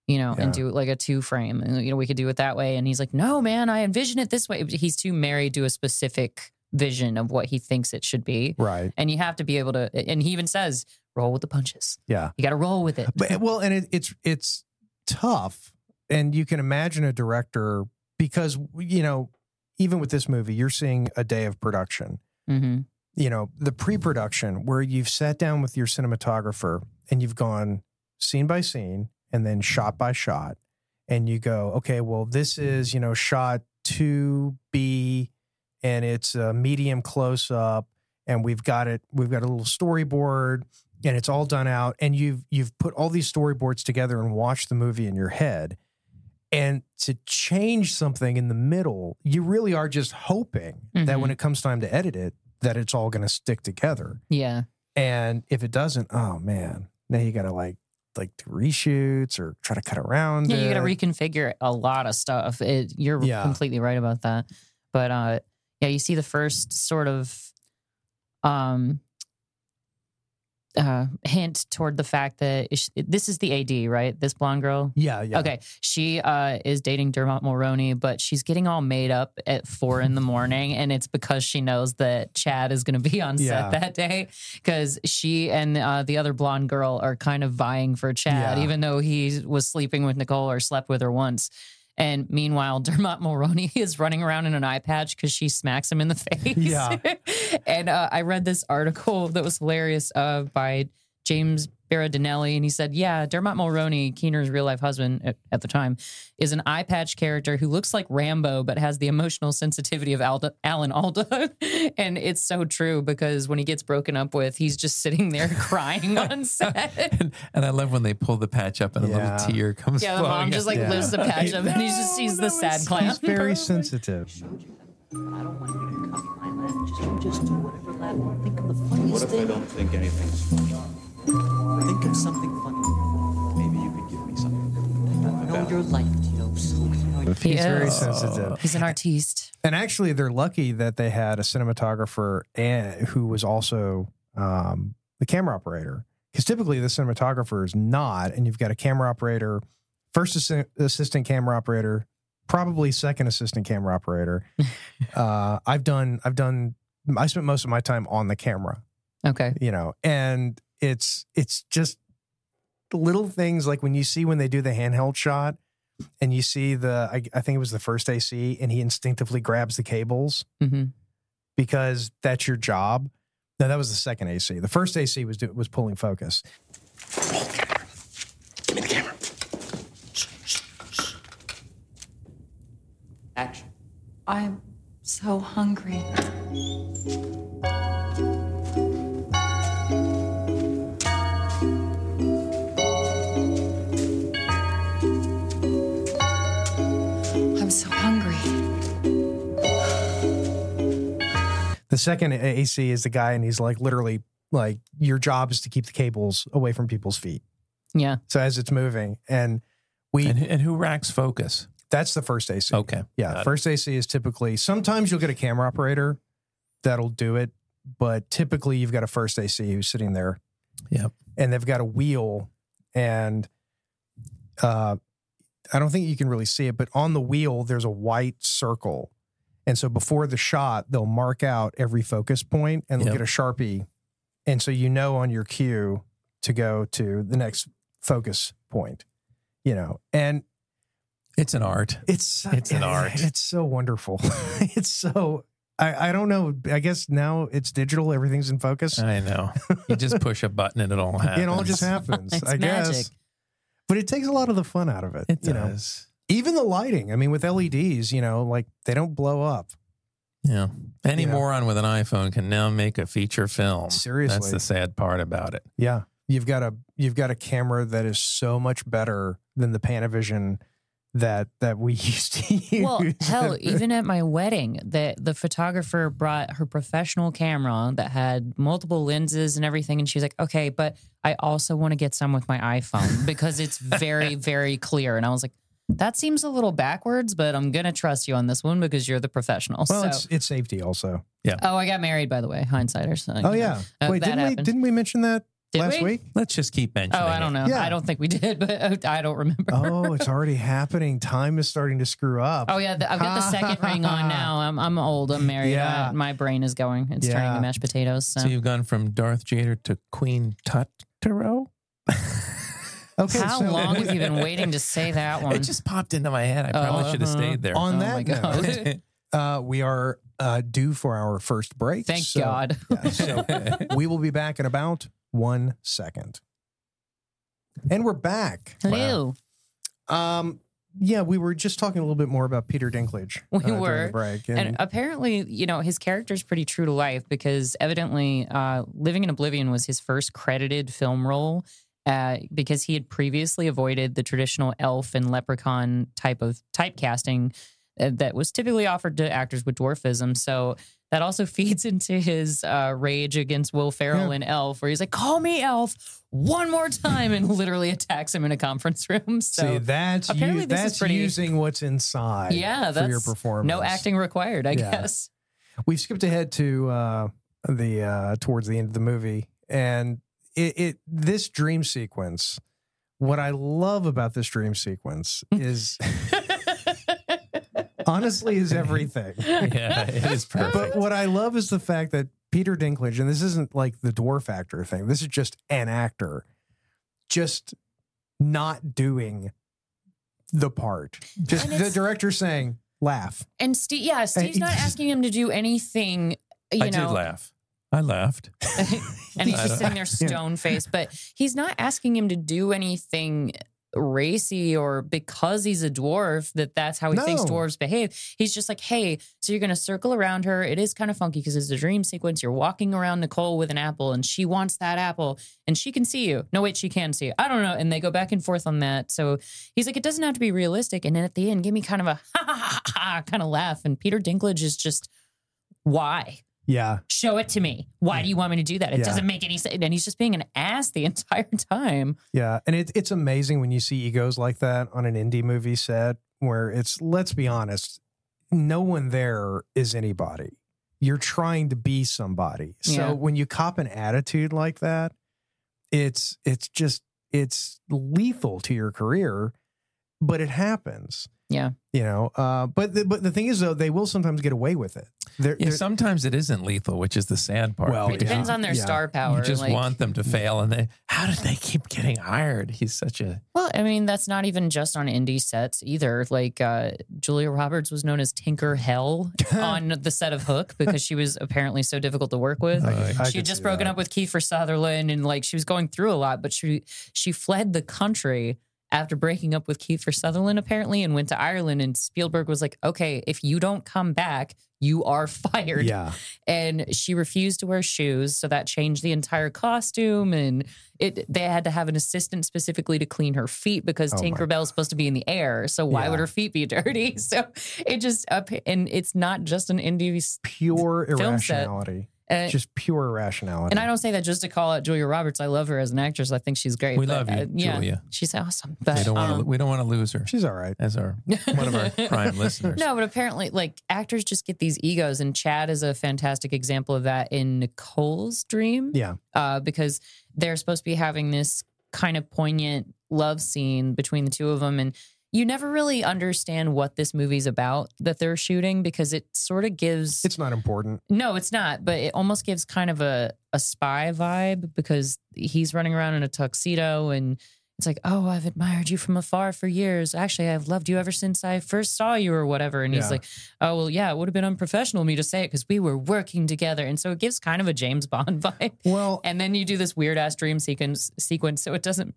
S3: You know,
S14: Yeah.
S3: and do it like a two frame. And, you know, we could do it that way. And he's like, No, man, I envision it this way. He's too married to a specific vision of what he thinks it should be.
S2: Right.
S3: And you have to be able to, and he even says, Roll with the punches.
S2: Yeah.
S3: You got to roll with it.
S2: But eh, well, and it, it's it's tough, and you can imagine a director because you know even with this movie, you're seeing a day of production.
S3: Mm-hmm.
S2: You know the pre-production where you've sat down with your cinematographer and you've gone scene by scene and then shot by shot, and you go, okay, well this is you know shot two B, and it's a medium close up, and we've got it. We've got a little storyboard and it's all done out and you've you've put all these storyboards together and watched the movie in your head and to change something in the middle you really are just hoping that when it comes time to edit it that it's all going to stick together
S3: Yeah.
S2: and if it doesn't oh man now you got to like like do reshoots or try to cut around
S3: Yeah, you got
S2: it.
S3: to reconfigure a lot of stuff. It, you're
S2: Yeah.
S3: completely right about that. But uh, yeah, you see the first sort of um, uh, hint toward the fact that is- this is the AD, right? This blonde girl.
S2: Yeah, yeah.
S3: Okay, she uh, is dating Dermot Mulroney, but she's getting all made up at four in the morning, and it's because she knows that Chad is going to be on
S14: Yeah.
S3: set that day because she and uh, the other blonde girl are kind of vying for Chad,
S14: Yeah.
S3: even though he was sleeping with Nicole or slept with her once. And meanwhile, Dermot Mulroney is running around in an eye patch because she smacks him in the face.
S14: Yeah.
S3: and uh, I read this article that was hilarious uh, by James Berardinelli, and he said, "Yeah, Dermot Mulroney, Keener's real life husband at, at the time, is an eye patch character who looks like Rambo but has the emotional sensitivity of Alda, Alan Alda, and it's so true because when he gets broken up with, he's just sitting there crying on set.
S4: And I love when they pull the patch up and a
S2: Yeah.
S4: little tear comes.
S3: yeah, the mom
S4: flowing
S3: just
S4: out.
S3: like lifts the patch up, and he just sees the sad clown.
S2: he's very sensitive
S15: Just do whatever lab. Think of the funniest
S11: What if I
S15: thing.
S11: don't think anything's funny?
S15: Think of something funny.
S11: Maybe you could give me something.
S15: I know you're light, you know, so you know,
S2: He's very sensitive.
S3: He's an artiste.
S2: And actually, they're lucky that they had a cinematographer and, who was also um, the camera operator. Because typically, the cinematographer is not, and you've got a camera operator, first assi- assistant camera operator, probably second assistant camera operator. uh, I've done, I've done, I spent most of my time on the camera,
S3: Okay.
S2: you know, and it's it's just little things like when you see when they do the handheld shot and you see the I, I think it was the first AC and he instinctively grabs the cables
S3: Mm-hmm.
S2: because that's your job. No, that was the second AC. The first AC was do, was pulling focus.
S7: Action. I'm so hungry. I'm so hungry.
S2: The second AC is the guy and he's like literally like your job is to keep the cables away from people's feet.
S3: Yeah.
S2: So as it's moving and we
S4: And, and who racks focus?
S2: That's the first AC.
S4: Okay.
S2: Yeah,
S4: Got it.
S2: first AC is typically sometimes you'll get a camera operator that'll do it, but typically you've got a first AC who's sitting there.
S4: Yep.
S2: And they've got a wheel and uh I don't think you can really see it, but on the wheel there's a white circle. And so before the shot, they'll mark out every focus point and they'll
S4: Yep.
S2: get a Sharpie. And so you know on your cue to go to the next focus point. You know, and
S4: It's an art.
S2: it's so-
S4: It's an
S2: it-
S4: art.
S2: It's so wonderful. it's so I, I don't know. I guess now it's digital. Everything's in focus.
S4: I know. You just push a button and it all happens.
S2: It all just happens.
S3: It's
S2: I
S3: magic.
S2: guess. But it takes a lot of the fun out of it.
S4: It
S2: you know?
S4: does.
S2: Even the lighting. I mean, with LEDs, you know, like they don't blow up.
S4: Yeah. Any
S2: Yeah.
S4: moron with an iPhone can now make a feature film. That's
S2: Seriously.
S4: the sad part about it.
S2: Yeah. You've got a you've got a camera that is so much better than the Panavision that that we used to use.
S3: Well, hell, even at my wedding, the the photographer brought her professional camera that had multiple lenses and everything, and she was like, "Okay, but I also want to get some with my iPhone because it's very, very clear." And I was like, "That seems a little backwards, but I'm gonna trust you on this one because you're the professional."
S2: well,
S3: so,
S2: it's it's safety also.
S3: oh, I got married by the way, hindsighters. so,
S2: Oh
S3: you know.
S2: yeah.
S3: Uh,
S2: Wait,
S3: that
S2: didn't we
S3: happened.
S2: didn't we mention that
S3: Did
S2: last
S3: we?
S2: week?
S4: Let's just keep mentioning
S3: Oh, I don't
S4: it.
S3: know.
S2: Yeah.
S3: I don't think we did, but I don't remember.
S2: oh, it's already happening. Time is starting to screw up.
S3: Oh yeah, the, I've got the second ring on now. I'm I'm old. I'm married.
S2: Yeah.
S3: Uh, my brain is going. It's turning
S2: Yeah.
S3: to mashed potatoes. So,
S4: So you've gone from Darth Jader to Queen Totoro?
S2: Okay,
S3: how
S2: so
S3: long have you been waiting to say that one?
S4: It just popped into my head. I probably
S3: Oh,
S4: should have
S3: uh-huh.
S4: stayed there.
S2: on
S3: Oh, my
S2: that
S3: God.
S2: note, uh, we are uh, due for our first break.
S3: Thank
S2: so-
S3: God.
S2: yeah, so we will be back in about one second, and we're back.
S3: Hello.
S2: Um, yeah, we were just talking a little bit more about Peter Dinklage. uh,
S3: We
S2: during
S3: were.
S2: the break, and,
S3: And uh, apparently, you know, his character's pretty true to life because evidently, uh, Living in Oblivion was his first credited film role uh, because he had previously avoided the traditional elf and leprechaun type of typecasting uh, that was typically offered to actors with dwarfism. So that also feeds into his uh, rage against Will Ferrell
S2: Yeah.
S3: and Elf, where he's like, "Call me Elf one more time," and literally attacks him in a conference room. So
S2: see that's
S3: apparently
S2: you,
S3: this is
S2: that's
S3: pretty-
S2: using what's inside.
S3: yeah, that's
S2: for your performance.
S3: no acting required, I
S2: Yeah.
S3: guess.
S2: we've skipped ahead to uh, the uh, towards the end of the movie, and it, it this dream sequence. What I love about this dream sequence
S3: Hmm.
S2: is honestly is everything.
S4: yeah, it is perfect.
S2: But what I love is the fact that Peter Dinklage, and this isn't like the dwarf actor thing. This is just an actor, just not doing the part. Just
S3: And
S2: the
S3: it's-
S2: director saying, "Laugh."
S3: And Steve, yeah, Steve's not asking him to do anything. You
S4: I did
S3: know,
S4: laugh. I laughed.
S3: and he's
S4: I
S3: just
S4: don't-
S3: sitting there stone faced. But he's not asking him to do anything racy or because he's a dwarf that that's how he thinks
S2: No.
S3: dwarves behave. He's just like, hey, so you're gonna circle around her. It is kind of funky because it's a dream sequence. You're walking around Nicole with an apple, and she wants that apple, and she can see you. No, wait, she can see. You. I don't know. And they go back and forth on that. So he's like, it doesn't have to be realistic. And then at the end, give me kind of a ha ha ha, ha kind of laugh. And Peter Dinklage is just. Why?
S2: Yeah,
S3: show it to me. Why do you want me to do that? It
S2: Mm. Yeah.
S3: doesn't make any sense. And he's just being an ass the entire time.
S2: Yeah, and it, it's amazing when you see egos like that on an indie movie set, where it's let's be honest, no one there is anybody. You're trying to be somebody. So
S14: Yeah.
S2: when you cop an attitude like that, it's it's just it's lethal to your career, but it happens.
S3: Yeah.
S2: You know, uh, but the, but the thing is though, they will sometimes get away with it. They're,
S4: Yeah, sometimes it isn't lethal, which is the sad part.
S2: Well, It
S4: because
S3: depends
S4: you-
S3: on their star
S4: You
S3: power,
S4: just
S3: like-
S4: want them to fail, and they how did they keep getting hired? He's such a
S3: Well, I mean, that's not even just on indie sets either. Like uh, Julia Roberts was known as Tinker Hell on the set of Hook because she was apparently so difficult to work with.
S2: I
S3: she
S2: could
S3: had just
S2: see
S3: broken
S2: that.
S3: up with Kiefer Sutherland and like she was going through a lot, but she she fled the country after breaking up with Kiefer Sutherland apparently and went to Ireland. And Spielberg was like, "Okay, if you don't come back, you are fired."
S2: Yeah.
S3: and she refused to wear shoes so that changed the entire costume and it they had to have an assistant specifically to clean her feet because
S14: Oh my
S3: tinkerbell is supposed to be in the air so why
S2: Yeah.
S3: would her feet be dirty so it just up and it's not just an indie s-
S2: pure
S3: film set.
S2: irrationality.
S3: Uh,
S2: just pure irrationality.
S3: and I don't say that just to call out Julia Roberts. I love her as an actress. I think she's great.
S4: We
S3: but,
S4: love you,
S3: uh, yeah,
S4: Julia.
S3: She's awesome. But
S4: we don't want to
S3: um,
S4: we don't want to lose her.
S2: She's all right
S4: as our one of our prime listeners.
S3: No, but apparently, like actors just get these egos, and Chad is a fantastic example of that in Nicole's dream.
S2: Yeah.
S3: uh, because they're supposed to be having this kind of poignant love scene between the two of them, and you never really understand what this movie's about that they're shooting because it sort of gives
S2: It's not important.
S3: no, it's not. But it almost gives kind of a a spy vibe because he's running around in a tuxedo and it's like, oh, I've admired you from afar for years. Actually, I've loved you ever since I first saw you or whatever. And
S14: Yeah.
S3: he's like, oh, well, yeah, it would have been unprofessional of me to say it because we were working together. And so it gives kind of a James Bond vibe.
S2: Well,
S3: and then you do this weird ass dream sequence sequence. So it doesn't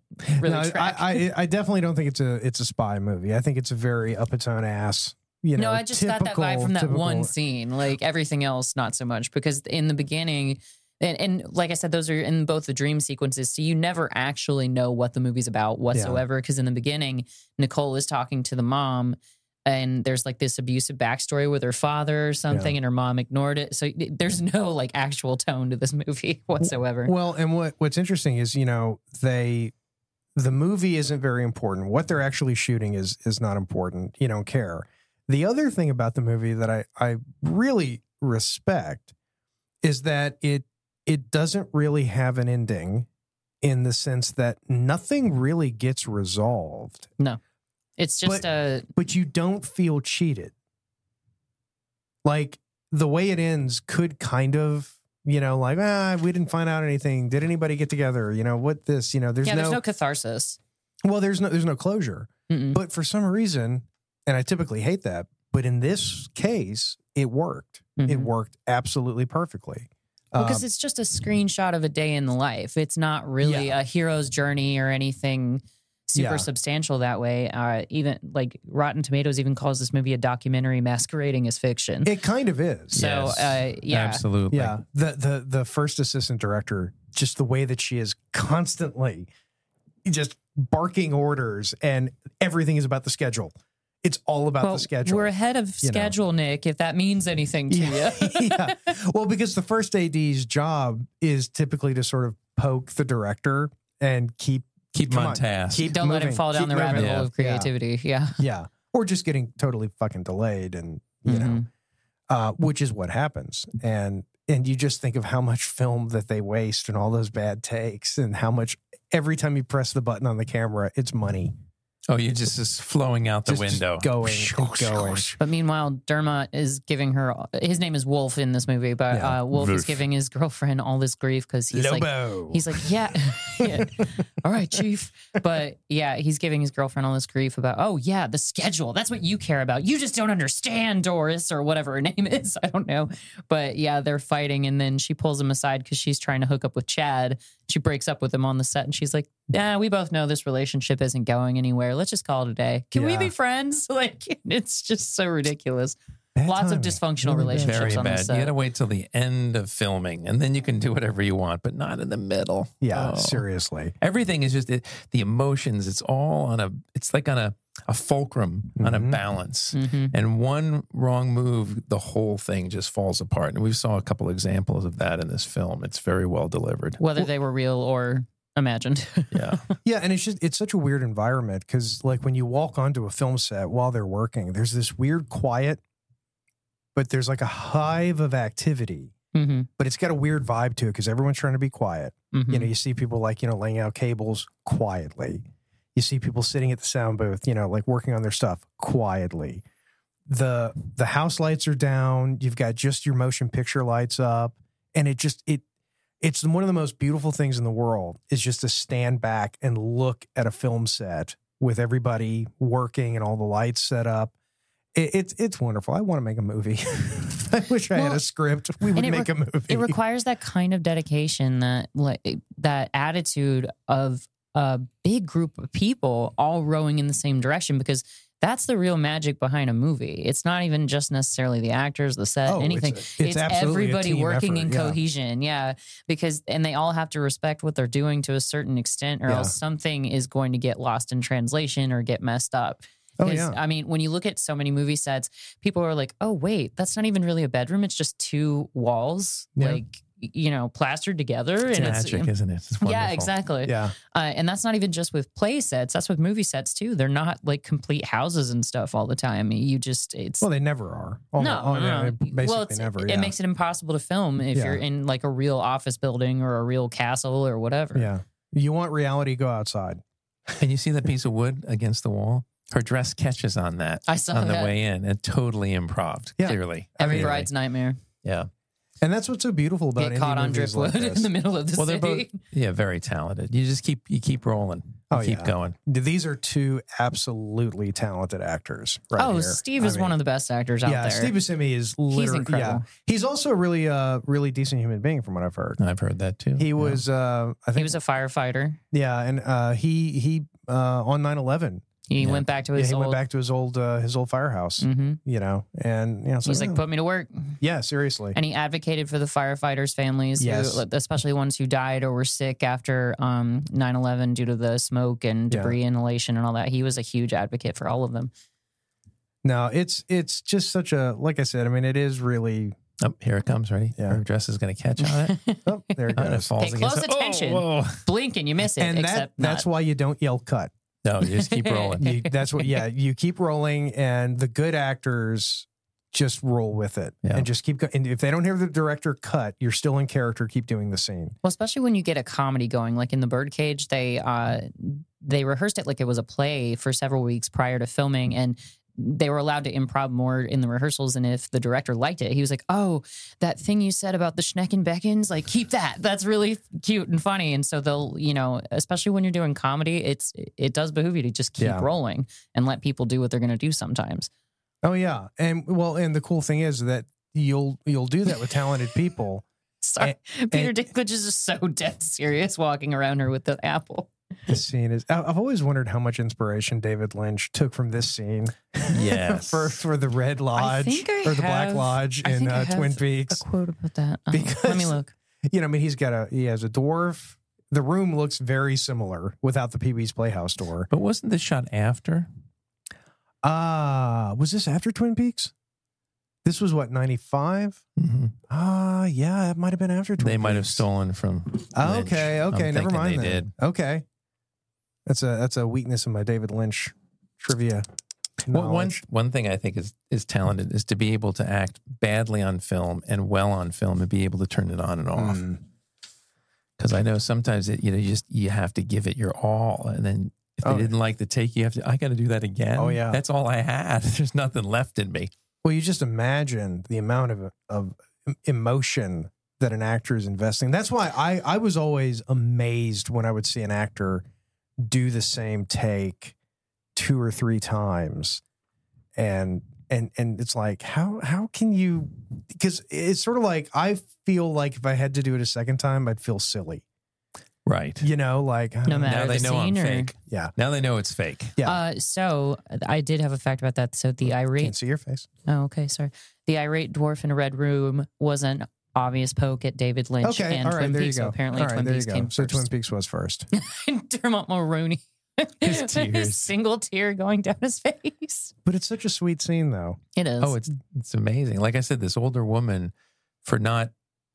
S3: really
S2: No, I-
S3: track.
S2: I, I I definitely don't think it's a it's a spy movie. I think it's a very up its own ass. You know,
S3: no, I just got that vibe
S2: typical-
S3: from that one
S2: typical-
S3: scene. Like everything else, not so much because in the beginning, and, and like I said, those are in both the dream sequences, so you never actually know what the movie's about whatsoever. Because in the beginning, Nicole is talking to the mom, and there's like this abusive backstory with her father or something,
S2: Yeah.
S3: and her mom ignored it. So y- there's no like actual tone to this movie whatsoever.
S2: Well, and what what's interesting is you know they the movie isn't very important. What they're actually shooting is is not important. You don't care. The other thing about the movie that I I really respect is that it it doesn't really have an ending in the sense that nothing really gets resolved.
S3: no, it's just a
S2: but you don't feel cheated. Like the way it ends could kind of, you know, like ah, we didn't find out anything. Did anybody get together? You know, what this? You know, there's
S3: yeah.
S2: no,
S3: There's no catharsis.
S2: well, there's no there's no closure. But for some reason, and I typically hate that, but in this case, it worked. It
S3: Mm-hmm.
S2: worked absolutely perfectly.
S3: because
S2: Um,
S3: it's just a screenshot of a day in the life. It's not really a hero's journey or anything super
S2: Yeah.
S3: substantial that way. Uh, even like Rotten Tomatoes even calls this movie a documentary masquerading as fiction.
S2: It kind of is.
S3: So, uh, yeah,
S2: Yeah. The the the first assistant director, just the way that she is constantly just barking orders and everything is about the schedule. It's all about
S3: Well,
S2: the schedule.
S3: We're ahead of
S2: you know.
S3: schedule, Nick. If that means anything to you,
S2: yeah. Well, because the first AD's job is typically to sort of poke the director and keep
S4: Keep him
S2: come
S4: on task.
S2: Keep
S3: don't let him
S2: moving,
S3: fall down
S2: keep
S3: the rabbit
S2: moving.
S3: hole of creativity. Yeah.
S2: Yeah. Or just getting totally fucking delayed and, you know, uh, which is what happens. And, and you just think of how much film that they waste and all those bad takes and how much every time you press the button on the camera, it's money
S4: Oh, you just is flowing out the
S2: Just- just
S4: window.
S2: going, and going.
S3: But meanwhile, Dermot is giving her his name is Wolf in this movie, but
S2: Yeah.
S3: uh, Wolf is
S2: Wolf.
S3: giving his girlfriend all this grief because he's
S2: Lobo.
S3: like he's like yeah, yeah. all right, chief. But yeah, he's giving his girlfriend all this grief about oh yeah, the schedule. That's what you care about. You just don't understand Doris or whatever her name is. I don't know. But yeah, they're fighting, and then she pulls him aside because she's trying to hook up with Chad. She breaks up with him on the set, and she's like, "Yeah, we both know this relationship isn't going anywhere. Let's just call it a day. Can we
S14: Yeah.
S3: be friends?" Like it's just so ridiculous. Lots of dysfunctional relationships
S4: Very
S3: on
S4: bad.
S3: this
S4: You
S3: set.
S4: got to wait till the end of filming, and then you can do whatever you want, but not in the middle.
S2: Yeah,
S4: Oh.
S2: seriously.
S4: Everything is just it, the emotions. It's all on a. It's like on a a fulcrum on a
S2: Mm-hmm.
S4: balance,
S3: Mm-hmm.
S4: and one wrong move, the whole thing just falls apart. And we saw a couple examples of that in this film. It's very well delivered.
S3: Whether they were real or imagined.
S4: Yeah.
S2: Yeah, and it's just it's such a weird environment because like when you walk onto a film set while they're working, there's this weird quiet but there's like a hive of activity,
S3: Mm-hmm.
S2: but it's got a weird vibe to it because everyone's trying to be quiet. You
S3: Hmm.
S2: know, you see people like, you know, laying out cables quietly. You see people sitting at the sound booth, you know, like working on their stuff quietly. The the house lights are down, you've got just your motion picture lights up, and it just it it's one of the most beautiful things in the world is just to stand back and look at a film set with everybody working and all the lights set up. It, it's it's wonderful. I want to make a movie. I wish I had
S3: Well,
S2: a script. We would
S3: and it
S2: make
S3: re-
S2: a movie.
S3: It requires that kind of dedication, that like that attitude of a big group of people all rowing in the same direction because that's the real magic behind a movie. It's not even just necessarily the actors, the set,
S14: Oh, it's
S3: anything.
S14: a- it's absolutely a
S3: everybody
S14: team
S3: working in
S14: effort, yeah.
S3: cohesion. Yeah. Because and they all have to respect what they're doing to a certain extent or
S14: Yeah.
S3: else something is going to get lost in translation or get messed up.
S14: Oh,
S3: 'Cause,
S14: yeah.
S3: I mean, when you look at so many movie sets, people are like, oh, wait, that's not even really a bedroom. It's just two walls,
S4: Yeah.
S3: like, y- you know, plastered together.
S4: It's
S3: and
S4: magic, isn't it? It's
S3: yeah,
S4: wonderful.
S3: exactly.
S4: Yeah.
S3: Uh, and that's not even just with play sets, that's with movie sets too. They're not like complete houses and stuff all the time. You just, it's.
S2: well, they never are. Oh,
S3: no,
S2: oh,
S3: no,
S2: yeah,
S3: no.
S2: they basically
S3: well, it's-
S2: never.
S3: it
S2: yeah.
S3: makes it impossible to film if
S2: Yeah.
S3: you're in like a real office building or a real castle or whatever.
S2: Yeah. You want reality, go outside.
S4: And you see that piece of wood against the wall? Her dress catches on that.
S3: I saw
S4: on
S3: that.
S4: the way in, and totally improv.
S2: Yeah.
S4: Clearly,
S3: Every
S4: Clearly.
S3: bride's nightmare.
S4: Yeah.
S2: And that's what's so beautiful about
S3: Get
S2: indie
S3: caught on
S2: movies
S3: driftwood
S2: like
S3: in
S2: this.
S3: the middle of the
S4: Well, they're
S3: city.
S4: both yeah very talented. You just keep you keep rolling.
S2: Oh,
S4: You keep going.
S2: These are two absolutely talented actors. Right
S3: oh,
S2: here.
S3: Steve
S2: I
S3: is
S2: mean,
S3: one of the best actors out
S2: yeah,
S3: there.
S2: Steve Buscemi is literally
S3: incredible.
S2: Yeah. He's also a really uh really decent human being from what I've heard.
S4: I've heard that too.
S2: He was uh I think
S3: he was a firefighter.
S2: yeah, and uh he he uh on 9/11
S3: He went back to
S2: yeah,
S3: his
S2: he
S3: old.
S2: went back to his old uh, his old firehouse,
S3: Mhm.
S2: you know, and you know, it's
S3: He's like,
S2: "Oh,
S3: put me to work,
S2: yeah, seriously,
S3: and he advocated for the firefighters' families,
S2: Yes.
S3: who, especially ones who died or were sick after um, 9-11 due to the smoke and
S2: Yeah.
S3: debris inhalation and all that. He was a huge advocate for all of them.
S2: No, it's it's just such a like I said. I mean, it is really.
S4: Oh, here it comes. Ready? Yeah. Her dress is going to catch on it.
S2: oh, there it
S4: Oh, and it
S2: goes.
S4: falls
S3: Pay close
S4: against the-
S3: attention.
S4: Oh, whoa.
S3: Blink and you miss it.
S2: and that
S3: except not.
S2: that's why you don't yell cut.
S4: No, you just keep rolling.
S2: You, that's what. Yeah, you keep rolling, and the good actors just roll with it
S4: Yeah.
S2: and just keep going. And if they don't hear the director cut, you're still in character. Keep doing the scene.
S3: Well, especially when you get a comedy going, like in the Birdcage, they uh, they rehearsed it like it was a play for several weeks prior to filming, and they were allowed to improv more in the rehearsals. And if the director liked it, he was like, "Oh, that thing you said about the Schnecken Beckons, like keep that. That's really cute and funny." And so they'll, you know, especially when you're doing comedy, it's it does behoove you to just keep
S2: Yeah.
S3: rolling and let people do what they're going to do sometimes.
S2: Oh yeah, and well, and the cool thing is that you'll you'll do that with talented people.
S3: Sorry, Peter Dinklage is just so dead serious walking around her with the apple.
S2: This scene is. I- I've always wondered how much inspiration David Lynch took from this scene.
S4: Yes.
S2: for for the Red Lodge
S3: think I
S2: or the Black
S3: have-
S2: Lodge
S3: I
S2: in
S3: think I
S2: uh, Twin
S3: have
S2: Peaks.
S3: quote about that. Uh, let me
S2: Because-
S3: look.
S2: You know, I mean, he's got a he has a dwarf. The room looks very similar without the Pee Wee's Playhouse door.
S4: But wasn't this shot after?
S2: Ah, was this after Twin Peaks? This was what ninety five. Ah, yeah, it might have been after Twin.
S4: Mm-hmm. They
S2: Peaks.
S4: might have stolen from.
S2: Ah,
S4: Lynch.
S2: okay,
S4: I'm
S2: okay, never
S4: thinking
S2: mind.
S4: They
S2: then.
S4: did.
S2: Okay, that's a that's a weakness in my David Lynch trivia.
S4: Well, one
S2: knowledge.
S4: one thing I think is is talented is to be able to act badly on film and well on film and be able to turn it on and off.
S2: Hmm.
S4: Because I know sometimes it, you know you just you have to give it your all, and then if they
S2: Oh, yeah.
S4: didn't like the take, you have to I got to do that again.
S2: Oh, yeah.
S4: that's all I had. There's nothing left in me.
S2: Well, you just imagine the amount of of emotion that an actor is investing. That's why I I was always amazed when I would see an actor do the same take two or three times, and and and it's like how how can you because it's sort of like I feel like if I had to do it a second time, I'd feel silly.
S4: Right.
S2: You know, like
S3: No matter
S4: now they
S3: the
S4: know I'm
S3: scene or-
S4: fake.
S2: Yeah.
S4: Now they know it's fake.
S2: Yeah.
S3: Uh, so I did have a fact about that. So the
S2: can't
S3: irate.
S2: see your face.
S3: Oh, okay. Sorry. The irate dwarf in a red room was an obvious poke at David Lynch
S2: Okay,
S3: and
S2: all right,
S3: Twin
S2: there
S3: Peaks.
S2: you
S3: So
S2: go.
S3: apparently,
S2: All right,
S3: Twin
S2: there you
S3: Peaks
S2: go.
S3: came
S2: So
S3: first.
S2: Twin Peaks was first.
S3: Dermot Mulroney.
S4: His tears.
S3: single tear going down his face.
S2: But it's such a sweet scene, though.
S3: It is.
S4: Oh, it's it's amazing. Like I said, this older woman for not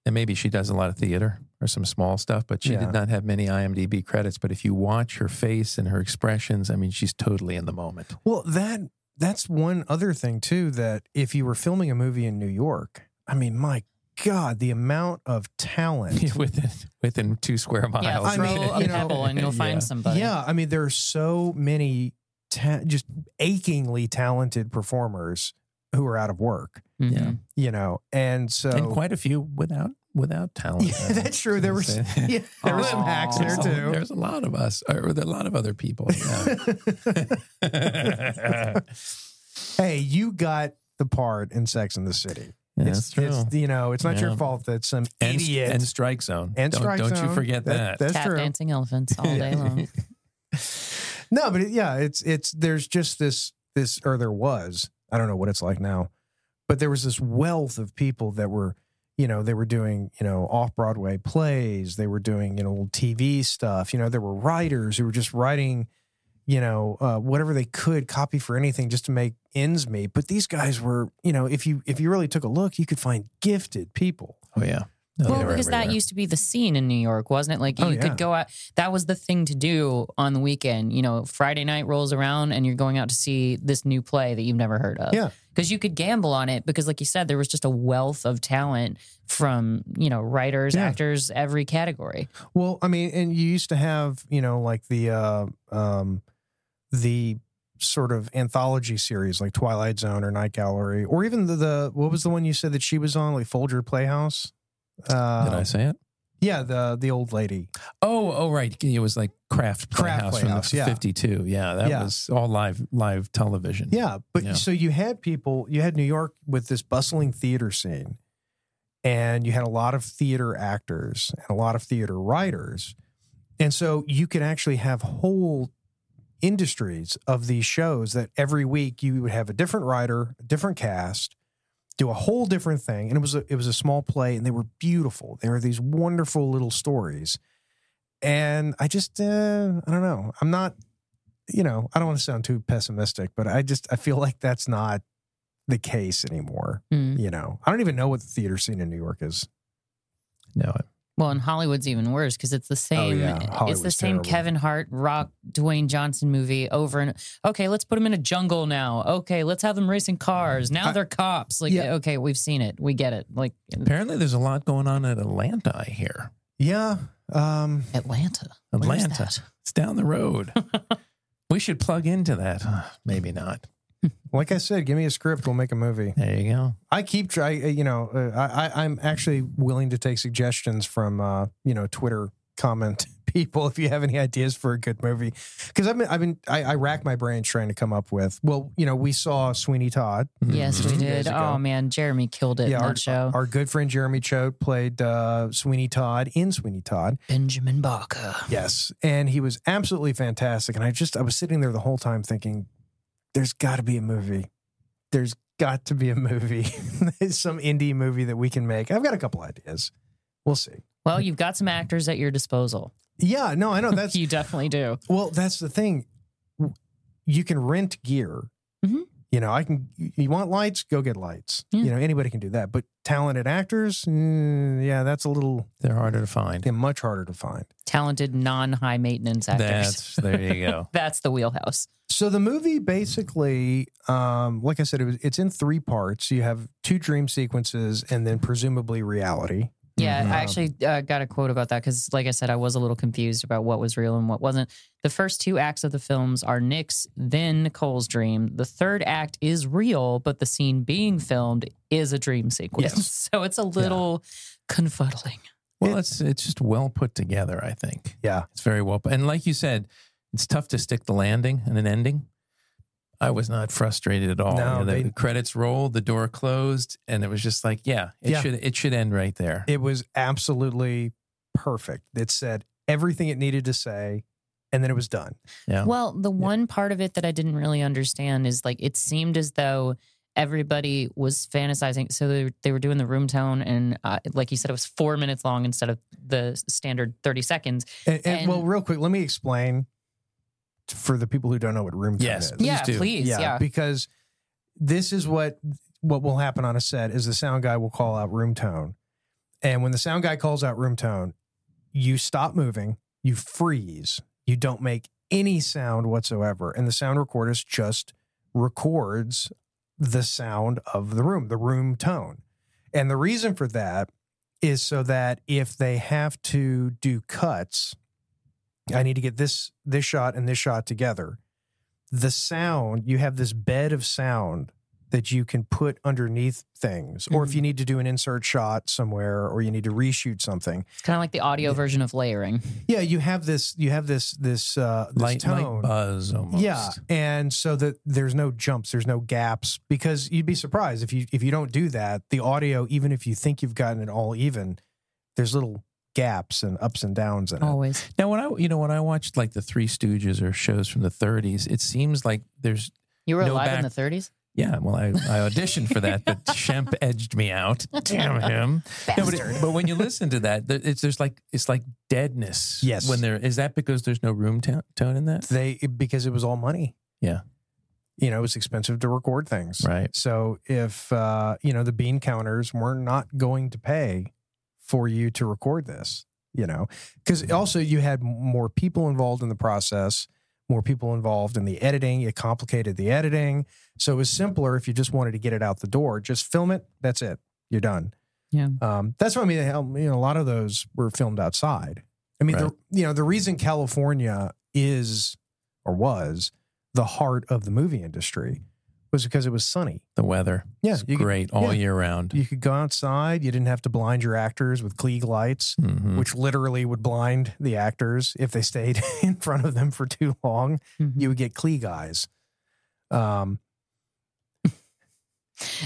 S4: and maybe she does a lot of theater or some small stuff, but she
S2: Yeah.
S4: did not have many IMDb credits. But if you watch her face and her expressions, I mean, she's totally in the moment.
S2: Well, that that's one other thing too that if you were filming a movie in New York, I mean, my God, the amount of talent
S4: within within two square miles.
S3: Yeah, throw a pebble and you'll find somebody.
S2: Yeah, I mean, there are so many ta- just achingly talented performers who are out of work.
S3: Mm-hmm.
S4: Yeah.
S2: you know, and so
S4: and quite a few without without talent.
S2: Yeah, that's true. There were yeah, there were some hacks there
S4: There's a-
S2: too.
S4: There's a lot of us, or there are a lot of other people. Yeah.
S2: hey, you got the part in Sex in the City.
S4: Yeah,
S2: it's,
S4: that's
S2: it's-
S4: true.
S2: you know, it's not
S4: Yeah.
S2: your fault that some
S4: and,
S2: idiot
S4: and strike zone.
S2: And
S4: don't,
S2: Strike
S4: don't you
S2: Zone.
S4: forget
S2: That-
S4: that.
S2: that's
S3: Tap
S2: true.
S3: dancing elephants all day long.
S2: No, but it, yeah, it's it's there's just this this or there was I don't know what it's like now, but there was this wealth of people that were you know they were doing you know off Broadway plays, they were doing you know little TV stuff, you know there were writers who were just writing you know uh, whatever they could copy for anything just to make ends meet. But these guys were you know if you if you really took a look, you could find gifted people.
S4: oh yeah. No,
S3: well,
S4: they were
S3: because that
S4: everywhere.
S3: used to be the scene in New York, wasn't it? Like you
S2: Oh, yeah.
S3: could go out. That was the thing to do on the weekend. You know, Friday night rolls around and you're going out to see this new play that you've never heard of.
S2: Yeah.
S3: Because you could gamble on it because, like you said, there was just a wealth of talent from, you know, writers,
S2: Yeah.
S3: actors, every category.
S2: Well, I mean, and you used to have, you know, like the uh um the sort of anthology series like Twilight Zone or Night Gallery, or even the, the what was the one you said that she was on, like Folger Playhouse? Uh
S4: Did I say it?
S2: yeah, the the old lady.
S4: Oh, oh, right. It was like Craft
S2: Kraft
S4: Playhouse,
S2: Playhouse,
S4: from the
S2: yeah.
S4: '52. Yeah, that
S2: Yeah.
S4: was all live live television.
S2: Yeah, but
S4: Yeah.
S2: so you had people, you had New York with this bustling theater scene, and you had a lot of theater actors and a lot of theater writers, and so you could actually have whole industries of these shows that every week you would have a different writer, a different cast, do a whole different thing, and it was a, it was a small play, and they were beautiful. They were these wonderful little stories, and I just uh, I don't know, I'm not you know, I don't want to sound too pessimistic, but I just I feel like that's not the case anymore.
S3: Mm.
S2: You know, I don't even know what the theater scene in New York is.
S4: No,
S3: Well, and Hollywood's even worse because it's the same.
S2: Oh, yeah,
S3: It's the
S2: Hollywood's
S3: same
S2: terrible.
S3: Kevin Hart, Rock, Dwayne Johnson movie over and okay. Let's put them in a jungle now. Okay, let's have them racing cars. Now they're cops. Like
S2: Yeah.
S3: okay, we've seen it. We get it. Like
S4: apparently there's a lot going on at Atlanta. I hear
S2: Yeah. Um
S3: Atlanta. Where's
S4: Atlanta.
S3: that?
S4: It's down the road. we should plug into that. Uh, Maybe not.
S2: like I said, give me a script, we'll make a movie.
S4: There you go.
S2: I keep try you know, uh, I I- I'm actually willing to take suggestions from uh, you know, Twitter comment people if you have any ideas for a good movie because i've been i've been I, I rack my brains trying to come up with well you know we saw sweeney todd
S3: Yes, we did.
S2: Mm-hmm. ago.
S3: Oh man, Jeremy killed it in
S2: our,
S3: that show.
S2: our good friend Jeremy Choate played uh, Sweeney Todd in Sweeney Todd.
S3: Benjamin Barker.
S2: Yes, and he was absolutely fantastic. And I just I was sitting there the whole time thinking, there's got to be a movie. There's got to be a movie. There's some indie movie that we can make. I've got a couple ideas. We'll see.
S3: Well, you've got some actors at your disposal.
S2: Yeah, no, I know that's
S3: You definitely do.
S2: Well, that's the thing. You can rent gear.
S3: Mhm.
S2: You know, I can. You want lights? Go get lights.
S3: Yeah.
S2: You know, anybody can do that. But talented actors, mm, yeah, that's a little
S4: They're harder to find.
S2: they're much harder to find.
S3: Talented, non-high maintenance actors.
S4: That's there you go.
S3: That's the wheelhouse.
S2: So the movie basically, um, like I said, it was, it's in three parts. You have two dream sequences, and then presumably reality.
S3: Yeah,
S4: Mm-hmm.
S2: Mhm.
S3: I actually uh, got a quote about that because, like I said, I was a little confused about what was real and what wasn't. The first two acts of the films are Nick's, then Nicole's dream. The third act is real, but the scene being filmed is a dream sequence. So it's a little confuddling.
S4: Well, it's it's just well put together. I think
S2: Yeah,
S4: it's very well. put. And like you said, it's tough to stick the landing and an ending. I was not frustrated at all.
S2: No,
S4: You know, the,
S2: they-
S4: the credits rolled, the door closed, and it was just like, yeah, it
S2: Yeah.
S4: should it should end right there.
S2: it was absolutely perfect. It said everything it needed to say, and then it was done.
S4: yeah.
S3: Well, the one part of it that I didn't really understand is like it seemed as though everybody was fantasizing. So they, they were doing the room tone, and uh, like you said, it was four minutes long instead of the standard 30 seconds.
S2: And, and,
S3: And-
S2: well, real quick, let me explain for the people who don't know what room tone
S4: Yes,
S2: is.
S4: Please
S3: yeah,
S4: do.
S3: please. Yeah.
S2: because this is what what will happen on a set is the sound guy will call out room tone and when the sound guy calls out room tone you stop moving you freeze you don't make any sound whatsoever and the sound recorders just records the sound of the room, the room tone. And the reason for that is so that if they have to do cuts, I need to get this this shot and this shot together. The sound, you have this bed of sound that you can put underneath things. Or
S4: Mm-hmm.
S2: if you need to do an insert shot somewhere or you need to reshoot something,
S3: It's kind of like the audio version of layering.
S2: yeah, you have this you have this this uh this
S4: Light,
S2: tone.
S4: light buzz almost.
S2: Yeah, and so that there's no jumps, there's no gaps because you'd be surprised if you if you don't do that, the audio even if you think you've gotten it all even, there's little gaps and ups and downs in it.
S4: Oh.
S3: Always.
S4: Now, when I you know when I watched like the Three Stooges or shows from the 30s, it seems like there's
S3: You were
S4: no
S3: alive
S4: back-
S3: in the 30s?
S4: Yeah, well, I, I auditioned for that, but Shemp edged me out. Damn him! No, but, it- but when you listen to that, there- it's there's like it's like deadness.
S2: Yes.
S4: when there is that because there's no room to- tone in that.
S2: They because it was all money.
S4: Yeah,
S2: You know, it was expensive to record things.
S4: right.
S2: So if uh, you know, the bean counters were not going to pay for you to record this, you know, because
S4: Mm-hmm.
S2: also you had more people involved in the process, more people involved in the editing. It complicated the editing. So it was simpler if you just wanted to get it out the door, just film it. That's it. You're done.
S3: Yeah.
S2: Um, that's what I mean. hell, You know, a lot of those were filmed outside. I mean,
S4: Right.
S2: the, you know, the reason California is or was the heart of the movie industry was because it was sunny.
S4: The weather.
S2: Yeah,
S4: It's
S2: you could-
S4: great
S2: yeah.
S4: all year round.
S2: You could go outside. You didn't have to blind your actors with Klieg lights,
S4: Mhm.
S2: which literally would blind the actors if they stayed in front of them for too long.
S3: Mm-hmm.
S2: You would get Klieg eyes. Um,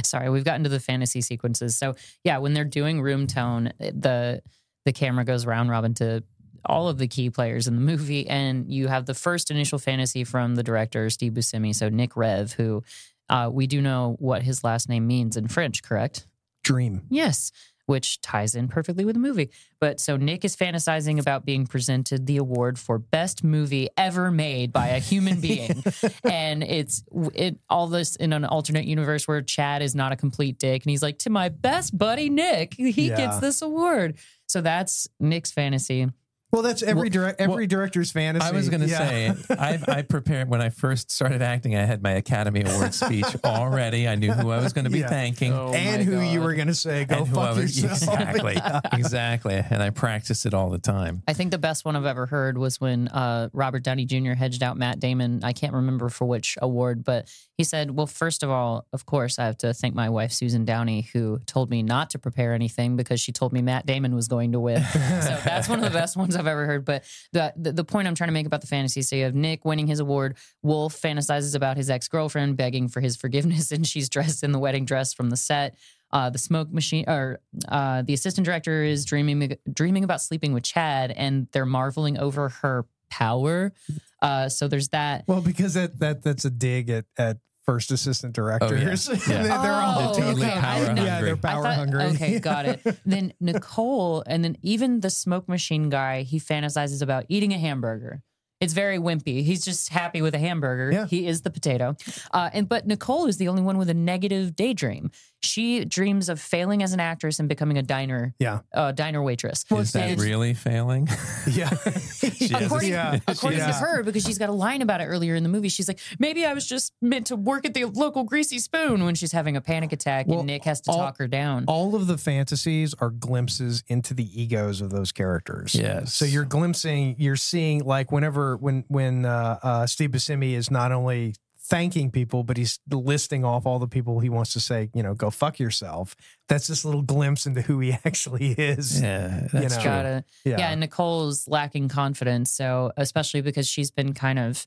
S3: Sorry, we've gotten to the fantasy sequences. So yeah, when they're doing room tone, eh, the the camera goes round robin to all of the key players in the movie, and you have the first initial fantasy from the director Steve Buscemi, so Nick Rev, who uh, we do know what his last name means in French, correct?
S2: dream.
S3: Yes, which ties in perfectly with the movie. But so Nick is fantasizing about being presented the award for best movie ever made by a human being, and it's it all this in an alternate universe where Chad is not a complete dick, and he's like to my best buddy Nick, he
S2: Yeah.
S3: gets this award. So that's Nick's fantasy.
S2: Well, that's every direct every director's fantasy.
S4: I was going to
S2: Yeah.
S4: say, I, I prepared when I first started acting. I had my Academy Award speech already. I knew who I was going to be
S2: Yeah.
S4: thanking.
S2: and who you were going to say go
S4: Oh and who I
S2: fuck
S4: was
S2: yourself.
S4: exactly, exactly, and I practiced it all the time.
S3: I think the best one I've ever heard was when uh, Robert Downey Jr. hedged out Matt Damon. I can't remember for which award, but he said, Well, first of all, of course, I have to thank my wife, Susan Downey, who told me not to prepare anything because she told me Matt Damon was going to win. so that's one of the best ones I've ever heard. But the, the, the point I'm trying to make about the fantasy so you have Nick winning his award. Wolf fantasizes about his ex girlfriend begging for his forgiveness, and she's dressed in the wedding dress from the set. Uh, the smoke machine, or uh, the assistant director is dreaming dreaming about sleeping with Chad, and they're marveling over her power. Uh, so there's that.
S2: Well, because that that that's a dig at at first assistant directors.
S4: Oh, yeah.
S2: they're, they're all
S3: Oh, Totally okay. power
S2: Yeah, they're
S4: hungry.
S2: power
S3: I thought-
S2: hungry.
S3: Okay, got it. Then Nicole, and then even the smoke machine guy, he fantasizes about eating a hamburger. It's very wimpy. He's just happy with a hamburger.
S2: Yeah.
S3: He is the potato. Uh, and but Nicole is the only one with a negative daydream. She dreams of failing as an actress and becoming a diner,
S2: Yeah,
S3: uh, diner waitress.
S4: Is that really failing?
S2: yeah.
S4: has a-
S3: According,
S2: yeah.
S3: according
S2: yeah.
S3: to her, because she's got a line about it earlier in the movie, she's like, "Maybe I was just meant to work at the local greasy spoon." When she's having a panic attack,
S2: Well,
S3: and Nick has to
S2: all-
S3: talk her down.
S2: all of the fantasies are glimpses into the egos of those characters.
S4: Yes.
S2: So you're glimpsing, you're seeing like whenever when when uh, uh, Steve Buscemi is not only thanking people, but he's listing off all the people he wants to say, you know, go fuck yourself. That's this little glimpse into who he actually is.
S4: Yeah, that's
S2: know.
S4: true.
S2: Got
S3: gotta
S2: Yeah.
S3: yeah. and nicole's lacking confidence so especially because she's been kind of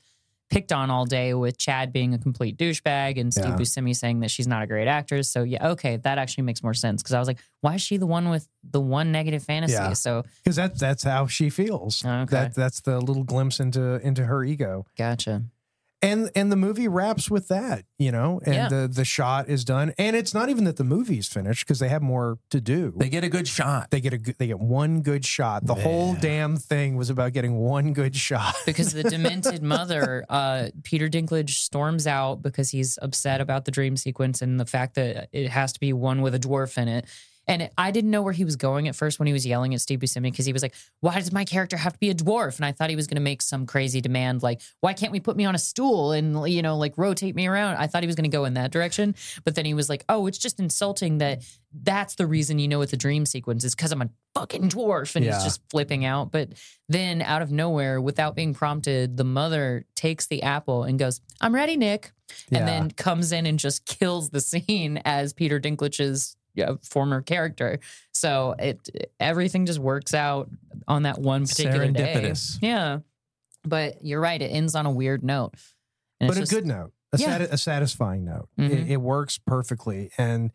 S3: picked on all day with chad being a complete douchebag and steve
S2: Yeah.
S3: buscemi saying that she's not a great actress so yeah okay that actually makes more sense because i was like why is she the one with the one negative fantasy
S2: Yeah.
S3: so
S2: Because that's that's how she feels.
S3: Okay.
S2: That that's the little glimpse into into her ego.
S3: gotcha
S2: and and the movie wraps with that you know and
S3: Yeah.
S2: the the shot is done and it's not even that the movie's finished because they have more to do
S4: They get a good shot.
S2: they get a good, they get one good shot the whole
S4: Yeah.
S2: damn thing was about getting one good shot
S3: because the demented mother uh, peter dinklage storms out because he's upset about the dream sequence and the fact that it has to be one with a dwarf in it And it- I didn't know where he was going at first when he was yelling at Steve Buscemi because he was like, "Why does my character have to be a dwarf?" And I thought he was going to make some crazy demand like, "Why can't we put me on a stool and you know like rotate me around?" I thought he was going to go in that direction, but then he was like, "Oh, it's just insulting that that's the reason you know it's a dream sequence is because I'm a fucking dwarf," and
S14: Yeah.
S3: he's just flipping out. But then out of nowhere, without being prompted, the mother takes the apple and goes, "I'm ready, Nick."
S14: Yeah.
S3: And then comes in and just kills the scene as Peter Dinklage's yeah, former character. So it everything just works out on that one particular day.
S4: Serendipitous.
S3: Yeah, but you're right. It ends on a weird note, And
S2: but
S3: it's
S2: a
S3: just-
S2: good note, a,
S3: Yeah.
S2: sati- a satisfying note.
S3: Mhm.
S2: It, it works perfectly, and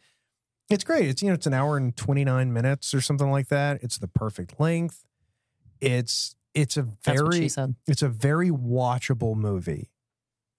S2: it's great. It's you know, it's an hour and twenty nine minutes or something like that. It's the perfect length. It's it's a
S3: That's what she
S2: very
S3: said.
S2: it's a very watchable movie.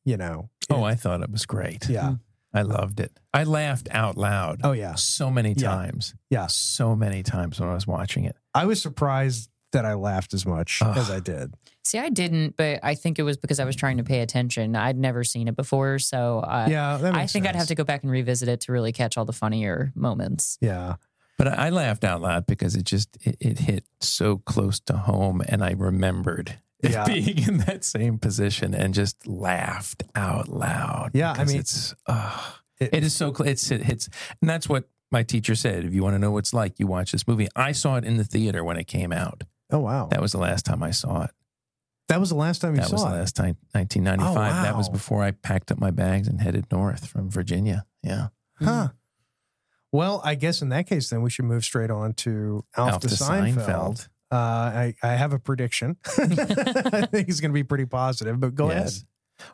S2: You know,
S4: Oh, I thought it was great.
S3: Hmm.
S2: Yeah.
S4: I loved it. I laughed out loud.
S2: Oh, yeah.
S4: So many
S2: Yeah.
S4: times.
S2: Yeah.
S4: So many times when I was watching it.
S2: I was surprised that I laughed as much as I did.
S3: See, I didn't, but I think it was because I was trying to pay attention. I'd never seen it before, so uh,
S2: Yeah, that
S3: I
S2: makes
S3: think I'd
S2: sense.
S3: have to go back and revisit it to really catch all the funnier moments.
S2: Yeah.
S4: But I I laughed out loud because it just it, it hit so close to home and I remembered
S2: Yeah.
S4: being in that same position and just laughed out loud.
S2: Yeah, I
S4: because
S2: mean-
S4: it's uh, it is so cl- it's it hits and that's what my teacher said. If you want to know what it's like, you watch this movie. I saw it in the theater when it came out.
S2: Oh wow,
S4: that was the last time I saw it.
S2: That was the last time you
S4: That was
S2: saw
S4: the
S2: it. Oh,
S4: last time, 1995. That was
S2: wow.
S4: before I packed up my bags and headed north from Virginia. Yeah.
S2: Huh. Well, I guess in that case, then we should move straight on to Alf,
S4: Alf
S2: to
S4: to
S2: Seinfeld.
S4: Seinfeld.
S2: Uh, I, I have a prediction. I think it's going to be pretty positive, but go ahead.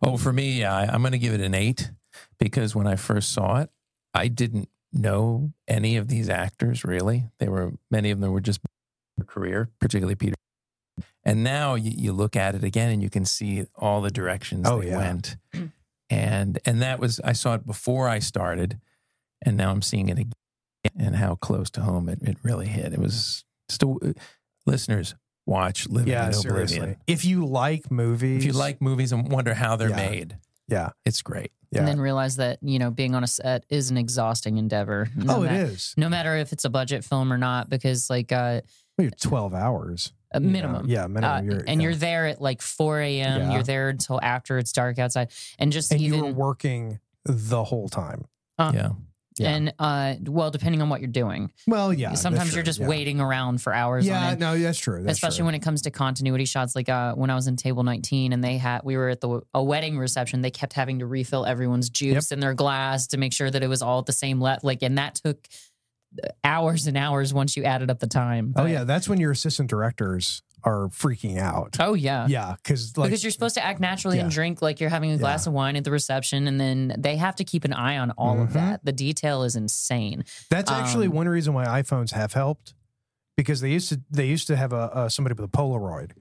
S4: Oh, for me, I, I'm going to give it an eight because when I first saw it, I didn't know any of these actors really. They were many of them were just their career, particularly Peter. And now you, you look at it again and you can see all the directions
S2: Oh,
S4: they
S2: yeah.
S4: went. And and that was I saw it before I started, and now I'm seeing it again and how close to home it, it really hit. It was still listeners watch Living
S2: Yeah,
S4: in Oblivion.
S2: seriously. If you like movies,
S4: If you like movies and wonder how they're
S2: Yeah.
S4: made,
S2: yeah,
S4: it's great.
S3: And then realize that, you know, being on a set is an exhausting endeavor.
S2: Oh, it
S3: it is.
S2: is.
S3: No matter if it's a budget film or not, because like uh,
S2: Well, you're 12 hours.
S3: a
S2: you know.
S3: Uh, minimum.
S2: Yeah, minimum.
S3: Uh,
S2: you're,
S3: and
S2: yeah.
S3: you're there at like 4 a.m.
S2: Yeah.
S3: You're there until after it's dark outside. And just
S2: and
S3: even.
S2: you were working the whole time.
S3: uh,
S4: yeah.
S2: Yeah.
S3: And uh, well, depending on what you're doing.
S2: Well, yeah. that's
S3: Sometimes
S2: true,
S3: you're just
S2: yeah.
S3: waiting around for hours on
S2: Yeah,
S3: end.
S2: no, that's true. That's
S3: especially
S2: true.
S3: when it comes to continuity shots. Like uh, when I was in table 19 and they had, we were at the a wedding reception, they kept having to refill everyone's juice in their glass to make sure that it was all at the same level. Like, and that took uh, hours and hours once you added up the time.
S2: Oh, yeah. That's when your assistant directors are freaking out.
S3: Oh, yeah.
S2: Yeah. Cause like,
S3: because you're supposed to act naturally and
S2: Yeah.
S3: drink like you're having a glass of wine at the reception, and then they have to keep an eye on all
S2: Mm-hmm.
S3: of that. The detail is insane.
S2: That's actually
S3: Um,
S2: one reason why iPhones have helped because they used to they used to have a, a somebody with a Polaroid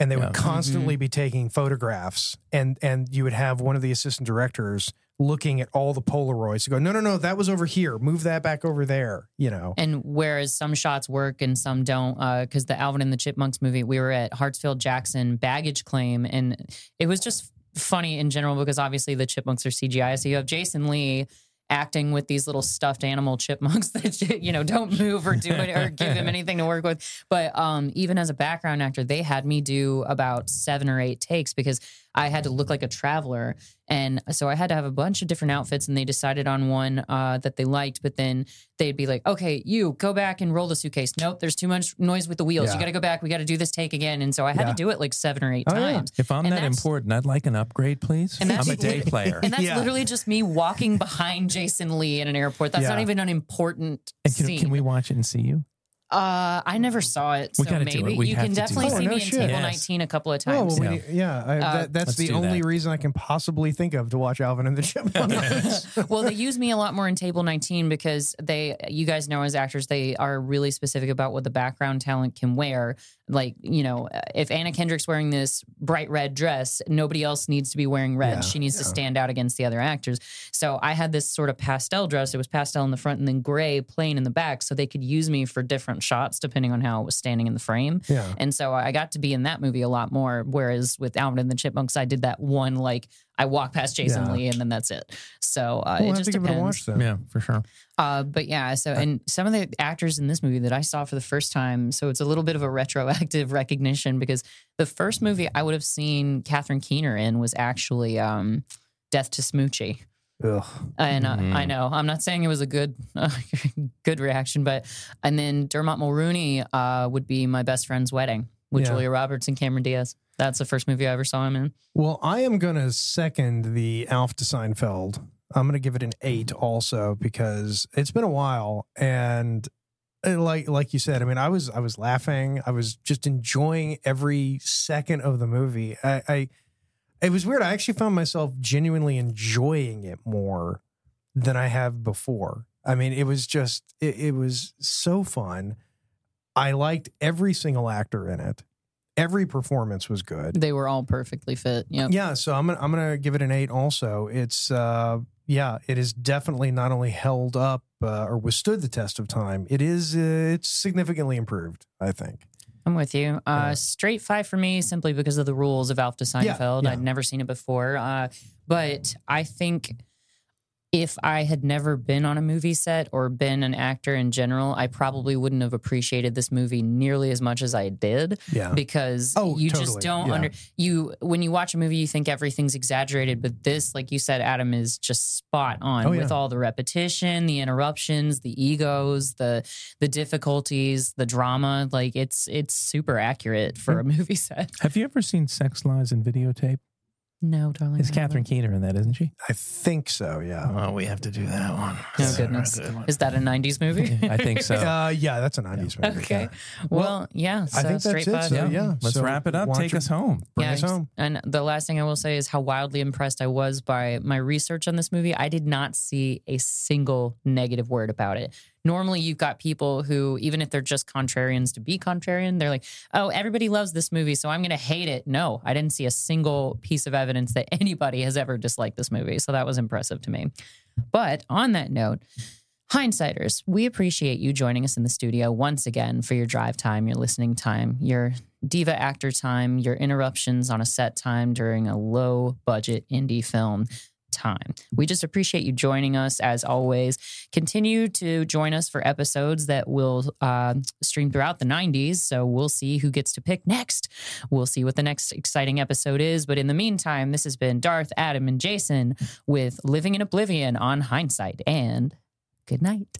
S2: and they would
S3: Mm-hmm.
S2: constantly be taking photographs and and you would have one of the assistant directors looking at all the Polaroids to go no no no that was over here move that back over there you know
S3: And whereas some shots work and some don't, because the Alvin and the Chipmunks movie, we were at Hartsfield Jackson baggage claim, and it was just funny in general because obviously the Chipmunks are CGI. So you have Jason Lee acting with these little stuffed animal chipmunks that you know don't move or do it or give him anything to work with. But um, even as a background actor, they had me do about seven or eight takes because I had to look like a traveler, and so I had to have a bunch of different outfits. And they decided on one uh, that they liked, but then they'd be like, "Okay, you go back and roll the suitcase. Nope, there's too much noise with the wheels.
S4: Yeah.
S3: You got to go back. We got to do this take again." And so I had
S4: Yeah.
S3: to do it like seven or eight
S4: Oh, yeah.
S3: times.
S4: If I'm
S3: And
S4: that
S3: that's-
S4: important, I'd like an upgrade, please.
S3: And that's
S4: I'm a day
S3: lit-
S4: player.
S3: And that's literally just me walking behind Jason Lee in an airport. That's
S4: Yeah.
S3: not even an important
S4: And can,
S3: scene.
S4: can we watch it and see you?
S3: uh, I never saw it,
S4: We
S3: so
S4: gotta do
S3: maybe
S4: it. We
S3: you
S4: have
S3: can
S4: to do
S3: definitely
S4: it. Oh,
S3: see
S4: no
S3: me in
S4: shit.
S3: Table
S4: Yes.
S3: 19 a couple of
S2: Oh,
S3: times.
S2: well, we need- yeah, I,
S3: Uh,
S2: that, that's
S4: Let's
S2: the
S4: do
S2: only
S4: that.
S2: reason I can possibly think of to watch Alvin and the Chipmunks.
S3: well, they use me a lot more in Table 19 because they, you guys know as actors, they are really specific about what the background talent can wear. Like, you know, if Anna Kendrick's wearing this bright red dress, nobody else needs to be wearing red.
S14: Yeah,
S3: she needs to
S14: yeah.
S3: stand out against the other actors. So I had this sort of pastel dress. It was pastel in the front and then gray plain in the back. So they could use me for different different shots depending on how it was standing in the frame.
S2: Yeah.
S3: And so I got to be in that movie a lot more. Whereas with Alvin and the Chipmunks, I did that one like I walk past Jason
S4: Yeah.
S3: Lee and then that's it. So uh,
S4: We'll
S3: it
S4: have
S3: just
S4: to give it
S3: depends.
S4: a watch then. Yeah, for sure.
S3: Uh, but yeah, so and some of the actors in this movie that I saw for the first time, so it's a little bit of a retroactive recognition because the first movie I would have seen Catherine Keener in was actually um, Death to Smoochie.
S2: Ugh.
S3: And uh,
S2: Mhm.
S3: I know I'm not saying it was a good, good reaction, but and then Dermot Mulroney uh, would be my best friend's wedding with
S2: Yeah.
S3: Julia Roberts and Cameron Diaz. That's the first movie I ever saw him in.
S2: Well, I am going to second the Alf to Seinfeld. I'm going to give it an eight also because it's been a while and uh, like like you said, I mean, I was I was laughing, I was just enjoying every second of the movie. I, I it was weird. I actually found myself genuinely enjoying it more than I have before. I mean, it was just it, it was so fun. I liked every single actor in it. Every performance was good.
S3: They were all perfectly fit. Yeah.
S2: Yeah, so I'm gonna I'm gonna give it an eight. Also, it's uh yeah, it is definitely not only held up uh, or withstood the test of time. It is uh, it's significantly improved. I think.
S3: I'm with you. Uh, straight five for me, simply because of the rules of Alf to
S2: Yeah,
S3: Seinfeld. I'd never seen it before, uh, but I think if I had never been on a movie set or been an actor in general, I probably wouldn't have appreciated this movie nearly as much as I did.
S2: Yeah.
S3: because
S2: Oh,
S3: you just
S2: totally.
S3: don't
S2: Yeah.
S3: under you when you watch a movie, you think everything's exaggerated, but this, like you said, Adam is just spot on
S14: Oh,
S3: with
S14: yeah.
S3: all the repetition, the interruptions, the egos, the the difficulties, the drama. Like it's it's super accurate for
S2: Hmm.
S3: a movie set.
S4: Have you ever seen Sex Lies and Videotape?
S3: No, darling.
S4: It's Catherine Keener in that, isn't she?
S2: I think so. Yeah.
S4: Oh, we have to do that one.
S3: Oh goodness, is that a '90s movie?
S4: I think so.
S2: Uh, yeah, that's an '90s movie.
S3: Okay. Well, yeah. So
S2: I think that's
S3: straight
S2: it.
S3: five.
S2: So, yeah,
S4: Let's
S2: so
S4: wrap it up.
S2: why don't
S4: Take
S2: you-
S4: us home.
S3: yeah, And the last thing I will say is how wildly impressed I was by my research on this movie. I did not see a single negative word about it. Normally, you've got people who, even if they're just contrarians to be contrarian, they're like, oh, everybody loves this movie, so I'm going to hate it. No, I didn't see a single piece of evidence that anybody has ever disliked this movie. So that was impressive to me. But on that note, Hindsighters, we appreciate you joining us in the studio once again for your drive time, your listening time, your diva actor time, your interruptions on a set time during a low budget indie film time. We just appreciate you joining us as always. Continue to join us for episodes that will uh, stream throughout the 90s. So we'll see who gets to pick next. We'll see what the next exciting episode is. But in the meantime, this has been Darth, Adam, and Jason with Living in Oblivion on Hindsight. And good night.